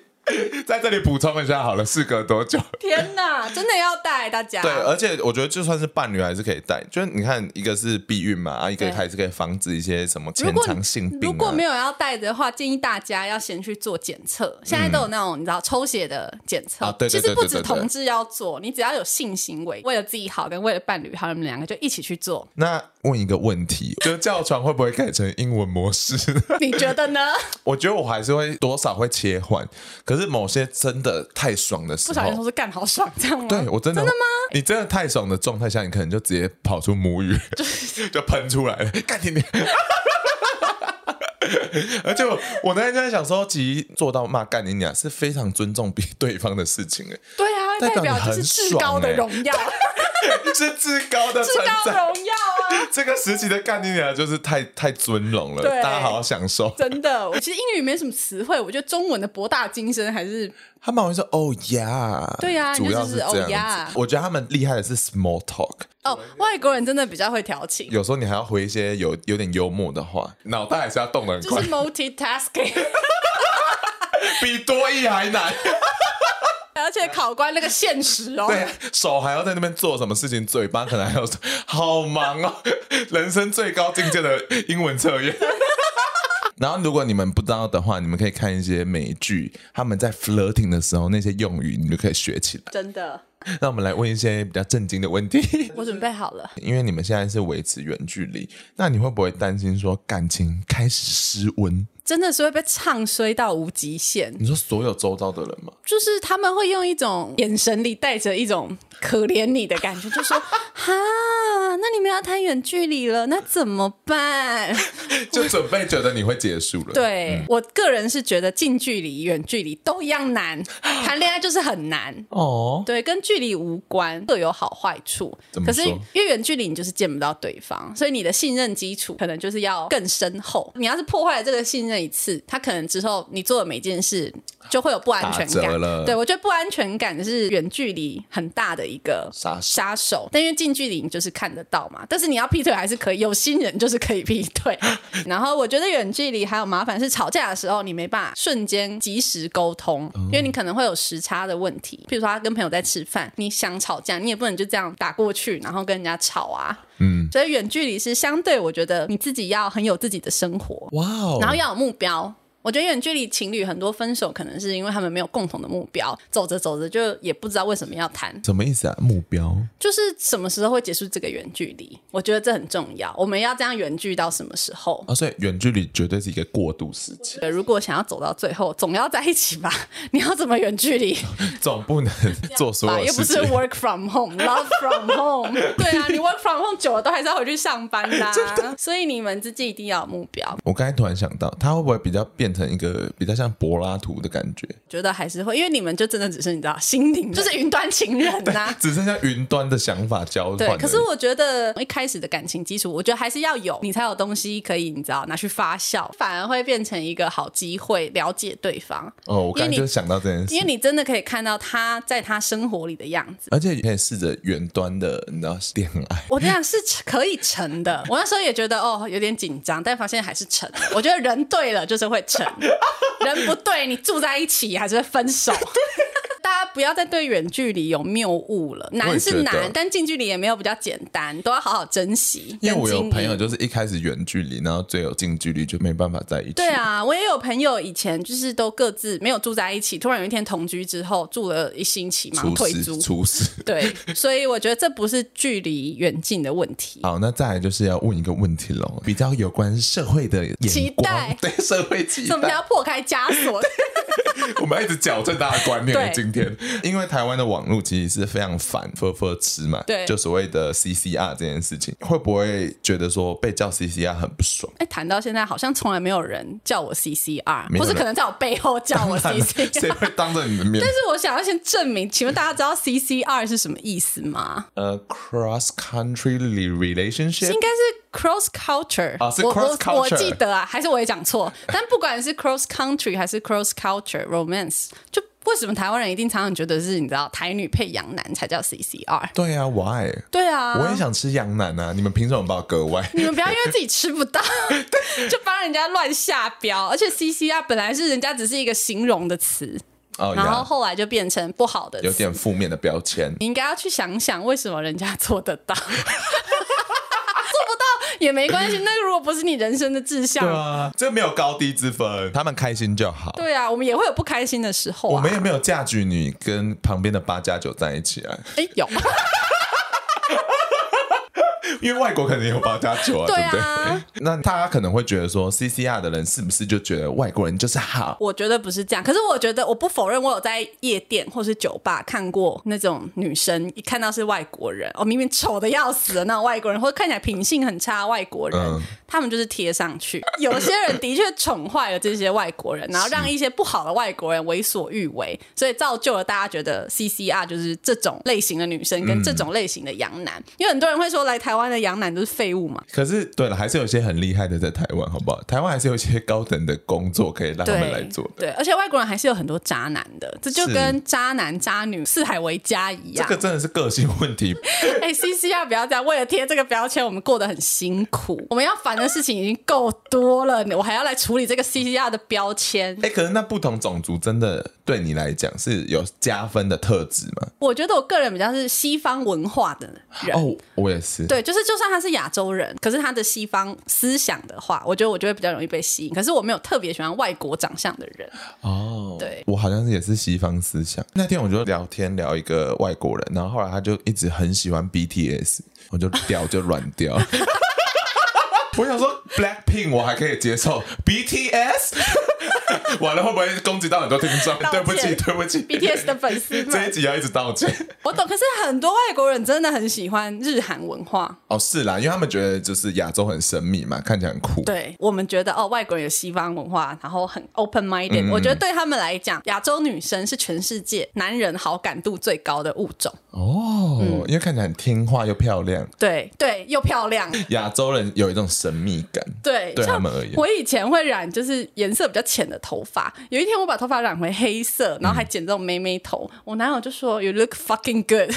[SPEAKER 1] 在这里补充一下好了，事隔多久？
[SPEAKER 2] 天哪，真的要带大家。
[SPEAKER 1] 对，而且我觉得就算是伴侣还是可以带，就是你看，一个是避孕嘛，啊，一个
[SPEAKER 2] 对
[SPEAKER 1] 还是可以防止一些什么
[SPEAKER 2] 如
[SPEAKER 1] 潜
[SPEAKER 2] 果
[SPEAKER 1] 藏性病、啊
[SPEAKER 2] 如果没有要带的话，建议大家要先去做检测。现在都有那种你知道抽血的检
[SPEAKER 1] 嗯
[SPEAKER 2] 测，
[SPEAKER 1] 啊对对对
[SPEAKER 2] 其实不
[SPEAKER 1] 对
[SPEAKER 2] 止
[SPEAKER 1] 对对。
[SPEAKER 2] 同志要做，你只要有性行为，为了自己好跟为了伴侣好，你们两个就一起去做
[SPEAKER 1] 那问一个问题，就是叫床会不会改成英文模式？
[SPEAKER 2] 你觉得呢？
[SPEAKER 1] 我觉得我还是会多少会切换，可是某些真的太爽的时
[SPEAKER 2] 不小心说
[SPEAKER 1] 候，
[SPEAKER 2] 是干好爽这样吗？
[SPEAKER 1] 对我真的真的吗？你真的太爽的状态下，你可能就直接跑出母语， 就喷出来了，干你娘！ 而且我我那天就在想说，其实做到骂干你娘是非常尊重彼对方的事 情、欸，
[SPEAKER 2] 对啊，
[SPEAKER 1] 代
[SPEAKER 2] 代
[SPEAKER 1] 表
[SPEAKER 2] 表
[SPEAKER 1] 你
[SPEAKER 2] 就
[SPEAKER 1] 很欸
[SPEAKER 2] 是至高的荣 耀，
[SPEAKER 1] 是至高的
[SPEAKER 2] 至
[SPEAKER 1] 存
[SPEAKER 2] 高
[SPEAKER 1] 在。
[SPEAKER 2] 荣耀啊！
[SPEAKER 1] 这个时期的干你娘就是太太尊荣了，
[SPEAKER 2] 对
[SPEAKER 1] 大家好好享受。
[SPEAKER 2] 真的，我其实英语没什么词汇，我觉得中文的博大精深还是
[SPEAKER 1] 他们好像说哦呀，
[SPEAKER 2] 对啊
[SPEAKER 1] 主要是
[SPEAKER 2] 就是
[SPEAKER 1] 这样子。
[SPEAKER 2] 哦，yeah
[SPEAKER 1] 我觉得他们厉害的是 small talk，
[SPEAKER 2] 哦，外国人真的比较会调情，
[SPEAKER 1] 有时候你还要回一些有有点幽默的话，脑袋还是要动得很
[SPEAKER 2] 就
[SPEAKER 1] 快，
[SPEAKER 2] 是 multitasking，
[SPEAKER 1] 比多艺还难。
[SPEAKER 2] 而且考官那个现实哦，
[SPEAKER 1] 对，手还要在那边做什么事情，嘴巴可能还要，好忙哦， 人生最高境界的英文测验。然后，如果你们不知道的话，你们可以看一些美剧，他们在 flirting 的时候那些用语，你就可以学起来。
[SPEAKER 2] 真的，
[SPEAKER 1] 那我们来问一些比较震惊的问题。
[SPEAKER 2] 我准备好了。
[SPEAKER 1] 因为你们现在是维持远距离，那你会不会担心说感情开始失温？
[SPEAKER 2] 真的是会被唱衰到无极限，
[SPEAKER 1] 你说所有周遭的人吗？
[SPEAKER 2] 就是他们会用一种眼神里带着一种可怜你的感觉，就说：“ 哈，那你们要谈远距离了，那怎么办
[SPEAKER 1] 就准备觉得你会结束？”了。，
[SPEAKER 2] 对、我个人是觉得近距离、远距离都一样难，
[SPEAKER 1] 啊
[SPEAKER 2] 谈恋爱就是很难。
[SPEAKER 1] 哦，
[SPEAKER 2] 对，跟距离无关，各有好坏处
[SPEAKER 1] 怎。么
[SPEAKER 2] 可是
[SPEAKER 1] 说
[SPEAKER 2] 因为远距离，你就是见不到对方，所以你的信任基础可能就是要更深厚。你要是破坏了这个信任一次，他可能之后你做的每件事就会有不安全
[SPEAKER 1] 打折
[SPEAKER 2] 感
[SPEAKER 1] 了
[SPEAKER 2] 对我觉得不安全感是远距离很大的一个
[SPEAKER 1] 杀手
[SPEAKER 2] 杀手，但因为近距离你就是看得到嘛。但是你要劈腿还是可以，有心人就是可以劈腿。然后我觉得远距离还有麻烦是吵架的时候，你没办法瞬间及时沟通，因为你可能会有时差的问题。譬如说他跟朋友在吃饭，你想吵架，你也不能就这样打过去，然后跟人家吵啊。嗯，所以远距离是相对，我觉得你自己要很有自己的生活，
[SPEAKER 1] 哇哦，
[SPEAKER 2] 然后要有目标。我觉得远距离情侣很多分手可能是因为他们没有共同的目标，走着走着就也不知道为什么要谈，
[SPEAKER 1] 什么意思啊？目标
[SPEAKER 2] 就是什么时候会结束这个远距离，我觉得这很重要。我们要这样远距到什么时候？
[SPEAKER 1] 啊，所以远距离绝对是一个过渡时 期，
[SPEAKER 2] 对，如果想要走到最后，总要在一起吧？ 你要怎么远距离？
[SPEAKER 1] 总不能做所
[SPEAKER 2] 吧
[SPEAKER 1] 有
[SPEAKER 2] 又啊不
[SPEAKER 1] 事
[SPEAKER 2] 是
[SPEAKER 1] 情。
[SPEAKER 2] work from home，love from home。对 啊，你 work from home 久了都还是要回去上班 啦、所以你们之间一定要有目标。
[SPEAKER 1] 我刚才突然想到，他会不会比较变成一个比较像柏拉图的感觉，
[SPEAKER 2] 我觉得还是会，因为你们就真的只是你知道心灵，就是云端情 人啊呐、
[SPEAKER 1] 只剩下云端的想法交换而
[SPEAKER 2] 对，
[SPEAKER 1] 已？
[SPEAKER 2] 可是我觉得呃一开始的感情基础，我觉得还是要有，你才有东西可以，你知道拿去发酵，反而会变成一个好机会，了解对方。
[SPEAKER 1] 哦，我刚才
[SPEAKER 2] 因为
[SPEAKER 1] 就
[SPEAKER 2] 你
[SPEAKER 1] 想到这件事
[SPEAKER 2] 因为。你真的可以看到他在他生活里的样子。
[SPEAKER 1] 而且你可以试着远端的，你知道恋爱，
[SPEAKER 2] 我这样是成可以成的。我那时候也觉得哦有点紧张，但发现还是成了。我觉得人对了就是会成，人不对你住在一起还是会分手。大家不要再对远距离有谬误了，
[SPEAKER 1] 我也
[SPEAKER 2] 难
[SPEAKER 1] 觉得
[SPEAKER 2] 是难，但近距离也没有比较简单，都要好好珍惜。
[SPEAKER 1] 因为我
[SPEAKER 2] 跟经
[SPEAKER 1] 有
[SPEAKER 2] 营
[SPEAKER 1] 朋友就是一开始远距离，然后最后近距离就没办法在一起。
[SPEAKER 2] 对，啊，我也有朋友以前就是都各自没有住在一起，突然有一天同居之后住了一星期嘛，
[SPEAKER 1] 出
[SPEAKER 2] 退
[SPEAKER 1] 事
[SPEAKER 2] 租。
[SPEAKER 1] 出事。
[SPEAKER 2] 对，所以我觉得这不是距离远近的问 题。
[SPEAKER 1] 好，那再来就是要问一个问题喽，比较有关社会的眼光，
[SPEAKER 2] 期待
[SPEAKER 1] 对社会期
[SPEAKER 2] 怎么
[SPEAKER 1] 待
[SPEAKER 2] 要。破开枷锁？
[SPEAKER 1] 我们要一直矫正大家的观念。
[SPEAKER 2] 对
[SPEAKER 1] 今天，因为台湾的网络其实是非常反“呵呵吃”嘛，
[SPEAKER 2] 对
[SPEAKER 1] 就所谓的 CCR 这件事情，会不会觉得说被叫 CCR 很不爽？
[SPEAKER 2] 哎，谈到现在，好像从来没有人叫我 CCR，
[SPEAKER 1] 没有人
[SPEAKER 2] 或是可能在我背后叫 我
[SPEAKER 1] 谁
[SPEAKER 2] CCR。
[SPEAKER 1] 会当着你的 面
[SPEAKER 2] 但？是我想要先证明，请问大家知道 CCR 是什么意思吗？
[SPEAKER 1] 呃，cross country relationship
[SPEAKER 2] 应该是 cross culture
[SPEAKER 1] 啊是
[SPEAKER 2] 我
[SPEAKER 1] cross
[SPEAKER 2] 我我
[SPEAKER 1] culture
[SPEAKER 2] 记得啊，还是我也讲错。 但不管是 cross country 还是 cross culture romance，就为什么台湾人一定常常觉得是你知道台女配洋男才叫 CCR？
[SPEAKER 1] 对啊，why？、
[SPEAKER 2] 对 啊，
[SPEAKER 1] 我也想吃羊腩啊，你们凭什么把我割 歪？
[SPEAKER 2] 你们不要因为自己吃不到， 就帮人家乱下标。而且 CCR 本来是人家只是一个形容的词，
[SPEAKER 1] 哦
[SPEAKER 2] 然后
[SPEAKER 1] 呀
[SPEAKER 2] 后来就变成不好的
[SPEAKER 1] 有
[SPEAKER 2] 词
[SPEAKER 1] 点负面的标签。
[SPEAKER 2] 你应该要去想想，为什么人家做得到，做 不到也没关系。那个如果不是你人生的志向，对啊，啊
[SPEAKER 1] 啊，这没有高低之分，他们开心就好。
[SPEAKER 2] 我们也会有不开心的时候
[SPEAKER 1] 我
[SPEAKER 2] 啊
[SPEAKER 1] 们。也没有嫁娶你跟旁边的八加九在一起啊，
[SPEAKER 2] 哎，有，
[SPEAKER 1] 因为外国可能也有八加九啊，
[SPEAKER 2] 对
[SPEAKER 1] 对不
[SPEAKER 2] 啊
[SPEAKER 1] 对？那大家可能会觉得说，CCR 的人是不是就觉得外国人就是好？
[SPEAKER 2] 我觉得不是这样。可是我觉得，我不否认，我有在夜店或是酒吧看过那种女生，一看到是外国人，哦，明明丑的要死的那种外国人，或者看起来品性很差的外国人，
[SPEAKER 1] 嗯
[SPEAKER 2] 他们就是贴上去。有些人的确宠坏了这些外国人，然后让一些不好的外国人为所欲为，所以造就了大家觉得 CCR 就是这种类型的女生
[SPEAKER 1] 嗯
[SPEAKER 2] 跟这种类型的洋男。因为很多人会说，来台湾的洋男都是废物嘛。
[SPEAKER 1] 可是，对了，还是有一些很厉害的在台湾，好不好？台湾还是有一些高等的工作可以让他们来做的。
[SPEAKER 2] 对，而且外国人还是有很多渣男的，这就是跟渣男渣女四海为家一
[SPEAKER 1] 这
[SPEAKER 2] 样
[SPEAKER 1] 个。真的是个性问题，
[SPEAKER 2] 哎，C C R 不要这样，为了贴这个标签，我们过得很辛苦，我们要烦的事情已经够多了，我还要来处理这个 C C R 的标签。
[SPEAKER 1] 哎、可是那不同种族真的对你来讲是有加分的特质吗？
[SPEAKER 2] 我觉得我个人比较是西方文化的人。
[SPEAKER 1] 哦，我也是。
[SPEAKER 2] 对，就是就算他是亚洲人，可是他的西方思想的话，我觉得我就会比较容易被吸引。可是我没有特别喜欢外国长相的人，
[SPEAKER 1] 哦，
[SPEAKER 2] 对
[SPEAKER 1] 我好像也是西方思想。那天我就聊天聊一个外国人，然后后来他就一直很喜欢 BTS，我就屌就软掉。 我想说 Blackpink 我还可以接受，BTS 完了会不会攻击到很多听众？
[SPEAKER 2] 歉
[SPEAKER 1] 对不起，对不起
[SPEAKER 2] BTS 的粉丝们
[SPEAKER 1] 这一集要一直道歉。
[SPEAKER 2] 我懂。可是很多外国人真的很喜欢日韩文化，
[SPEAKER 1] 哦，是啦，因为他们觉得就是亚洲很神秘嘛，看起来很酷。
[SPEAKER 2] 对我们觉得哦，外国人有西方文化，然后
[SPEAKER 1] 嗯
[SPEAKER 2] 很 open minded、我觉得对他们来讲，亚洲女生是全世界男人好感度最高的物种。
[SPEAKER 1] 哦，
[SPEAKER 2] 嗯
[SPEAKER 1] 因为看起来很听话又漂亮，
[SPEAKER 2] 对对，又漂亮。
[SPEAKER 1] 亚洲人有一种神秘感。
[SPEAKER 2] 对，
[SPEAKER 1] 对
[SPEAKER 2] 像
[SPEAKER 1] 他们而言
[SPEAKER 2] 我以前会染就是颜色比较浅的头发，有一天我把头发染回黑色，然后
[SPEAKER 1] 嗯
[SPEAKER 2] 还剪这种妹妹头，我男友就说 “You look fucking good”，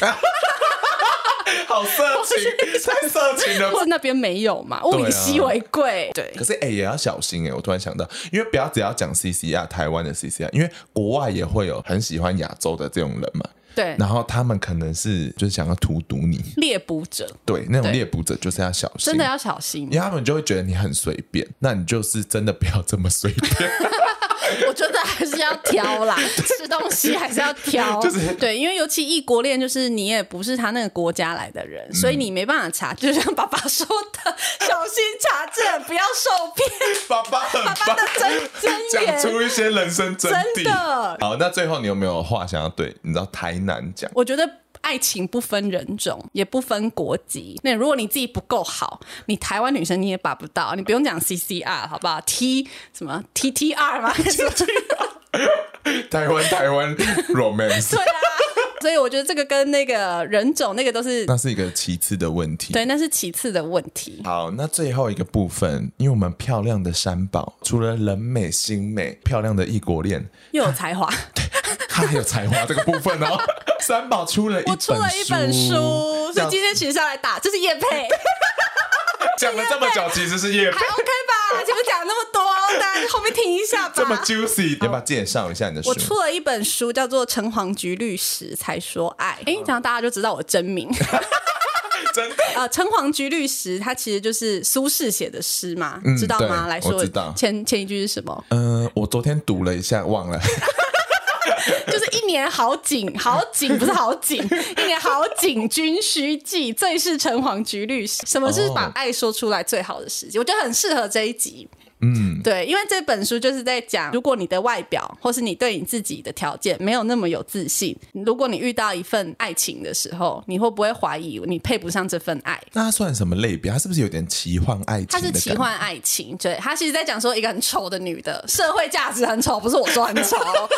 [SPEAKER 1] 好色情，太色情了
[SPEAKER 2] 或者那边没有 嘛，物
[SPEAKER 1] 对啊
[SPEAKER 2] 以稀为贵。对
[SPEAKER 1] 可是哎、也要小心哎、我突然想到，因为不要只要讲 CCR 台湾的 CCR，因为国外也会有很喜欢亚洲的这种人嘛，
[SPEAKER 2] 对，
[SPEAKER 1] 然后他们可能是就是想要荼毒你，
[SPEAKER 2] 猎捕者
[SPEAKER 1] 对，那种
[SPEAKER 2] 对
[SPEAKER 1] 猎捕者就是要小心，
[SPEAKER 2] 真的要小心
[SPEAKER 1] 因。为他们就会觉得你很随便，那你就是真的不要这么随 便。
[SPEAKER 2] 我觉得还是要 挑啦，吃东西还是要挑，
[SPEAKER 1] 就是
[SPEAKER 2] 对，因为尤其异国恋，就是你也不是他那个国家来的人，所
[SPEAKER 1] 嗯
[SPEAKER 2] 以你没办法查，就像爸爸说的，小心查证，不要受骗，
[SPEAKER 1] 爸爸很棒，
[SPEAKER 2] 真真
[SPEAKER 1] 讲
[SPEAKER 2] 言。
[SPEAKER 1] 出一些人生真谛。
[SPEAKER 2] 真的
[SPEAKER 1] 好，那最后你有没有话想要对你知道台南讲？
[SPEAKER 2] 我觉得爱情不分人种，也不分国籍。那如果你自己不够好，你台湾女生你也把不到，你不用讲 CCR 好不好？T 什么 TTR 吗？
[SPEAKER 1] 台湾台湾 romance，
[SPEAKER 2] 对啊，所以我觉得这个跟那个人种那个都是
[SPEAKER 1] 那是一个其次的问题。
[SPEAKER 2] 对，那是其次的问题。
[SPEAKER 1] 好，那最后一个部分，因为我们漂亮的山宝，除了人美心美、漂亮的异国恋，
[SPEAKER 2] 又有 才华，
[SPEAKER 1] 它还有才华这个部分哦。三宝出了一
[SPEAKER 2] 我
[SPEAKER 1] 本
[SPEAKER 2] 出了一本书，所以
[SPEAKER 1] 讲
[SPEAKER 2] 今天其实要来打，这是叶 配，
[SPEAKER 1] 讲了这么久，其实是叶
[SPEAKER 2] 还 OK 吧？前面讲那么多，大家后面听一下吧。
[SPEAKER 1] 这么 juicy，要不要介绍一下你的书
[SPEAKER 2] 我？出了一本书，叫做《橙黄橘绿时才说爱》。哎，这样大家就知道我真名。
[SPEAKER 1] 真的
[SPEAKER 2] 呃，橙黄橘绿时，它其实就是苏轼写的诗嘛，
[SPEAKER 1] 嗯
[SPEAKER 2] 知道吗？
[SPEAKER 1] 对
[SPEAKER 2] 来
[SPEAKER 1] 我
[SPEAKER 2] 说
[SPEAKER 1] 知道，
[SPEAKER 2] 前前一句是什么？
[SPEAKER 1] 嗯、我昨天读了一下，忘了。
[SPEAKER 2] 就是一年好景，好景不是好景，一年好景君须记，最是橙黄橘绿时。什么是把
[SPEAKER 1] 哦
[SPEAKER 2] 爱说出来最好的时机？我觉得很适合这一集。嗯，对，因为这本书就是在讲，如果你的外表或是你对你自己的条件没有那么有自信，如果你遇到一份爱情的时候，你会不会怀疑你配不上这份爱？
[SPEAKER 1] 那它算什么类别？它是不是有点奇幻爱情？
[SPEAKER 2] 它是奇。幻爱情，对，它其实在讲说一个很丑的女的，社会价值很丑，不是我说很丑，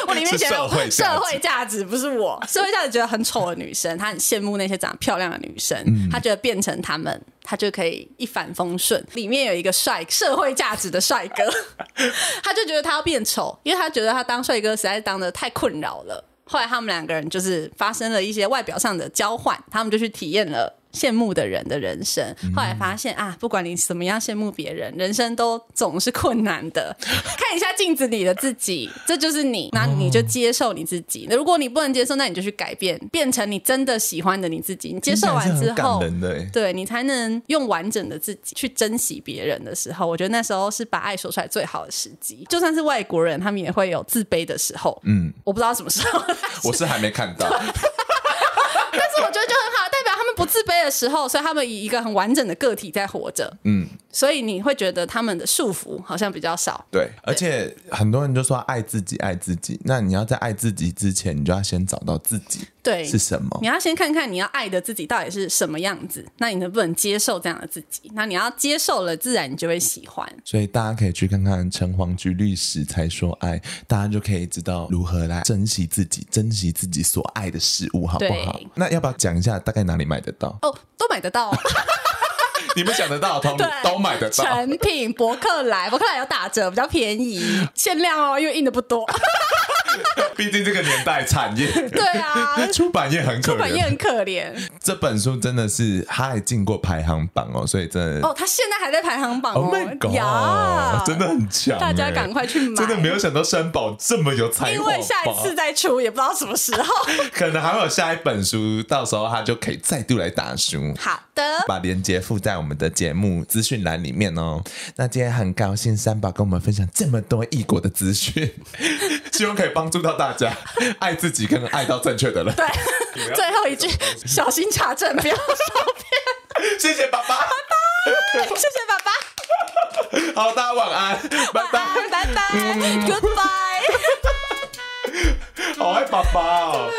[SPEAKER 2] 我里面 写
[SPEAKER 1] 是社会价
[SPEAKER 2] 的
[SPEAKER 1] 值
[SPEAKER 2] 社会价值不是我，社会价值觉得很丑的女生，她很羡慕那些长得漂亮的女生，
[SPEAKER 1] 嗯
[SPEAKER 2] 她觉得变成她们。她就可以一帆风顺。里面有一个帅社会价值的帅哥，她就觉得她要变丑，因为她觉得她当帅哥实在是当的太困扰了。后来他们两个人就是发生了一些外表上的交换，他们就去体验了。羡慕的人的人生。
[SPEAKER 1] 嗯
[SPEAKER 2] 后来发现啊，不管你怎么样羡慕别人，人生都总是困难的。看一下镜子里的自己，这就是
[SPEAKER 1] 哦
[SPEAKER 2] 你，那你就接受你自己。那如果你不能接受，那你就去改变，变成你真的喜欢的你自己。你接受完
[SPEAKER 1] 听
[SPEAKER 2] 之
[SPEAKER 1] 起来是很
[SPEAKER 2] 后
[SPEAKER 1] 感，人的欸
[SPEAKER 2] 对你才能用完整的自己去珍惜别人的时候，我觉得那时候是把爱说出来最好的时机。就算是外国人，他们也会有自卑的时候。嗯，我不知道什么时候，
[SPEAKER 1] 我是还没看到，
[SPEAKER 2] 但是我觉得就很好，代表他们不自卑的时候，所以他们以一个很完整的个体在活着。
[SPEAKER 1] 嗯，
[SPEAKER 2] 所以你会觉得他们的束缚好像比较少。
[SPEAKER 1] 对，而且很多人就说爱自己，爱自己。那你要在爱自己之前，你就要先找到自己
[SPEAKER 2] 对，
[SPEAKER 1] 是什么
[SPEAKER 2] 你。要先看看你要爱的自己到底是什么样子，那你能不能接受这样的自己？那你要接受了，自然你就会喜欢。
[SPEAKER 1] 所以大家可以去看看城隍局律师才说爱，大家就可以知道如何来珍惜自己，珍惜自己所爱的事物，好不好
[SPEAKER 2] 对？？
[SPEAKER 1] 那要不要讲一下大概哪里买得到
[SPEAKER 2] 哦，都买得到、哦。
[SPEAKER 1] 你们讲得到，同
[SPEAKER 2] 对，
[SPEAKER 1] 都买得到。
[SPEAKER 2] 成品博客来，博客来有打折，比较 便宜，限量哦，因为印的不多。
[SPEAKER 1] 毕竟这个年代产业，
[SPEAKER 2] 对啊，
[SPEAKER 1] 出版业很可
[SPEAKER 2] 出版业
[SPEAKER 1] 怜。
[SPEAKER 2] 很可怜
[SPEAKER 1] 这本书真的是，它也进过排行榜哦，所以真的
[SPEAKER 2] 哦，他现在还在排行榜哦
[SPEAKER 1] Oh my god！
[SPEAKER 2] 呀
[SPEAKER 1] 真的很强欸、
[SPEAKER 2] 大家赶快去买
[SPEAKER 1] 真的没有想到三宝这么有才华吧，
[SPEAKER 2] 因为下一次再出，也不知道什么时 候。
[SPEAKER 1] 可能还会有下一本书，到时候他就可以再度来打书。
[SPEAKER 2] 好的，
[SPEAKER 1] 把链接附在我们的节目资讯栏里面哦。那今天很高兴三宝跟我们分享这么多异国的资讯， 希望可以帮助到大家爱自己跟爱到正确的人。
[SPEAKER 2] 对，最后一句小心查证， 不要受骗。
[SPEAKER 1] 谢谢爸爸，
[SPEAKER 2] 谢谢爸爸，
[SPEAKER 1] 好，大家晚安，拜
[SPEAKER 2] 晚
[SPEAKER 1] 拜。嗯
[SPEAKER 2] 安，拜拜，Goodbye。
[SPEAKER 1] 好爱爸爸哦。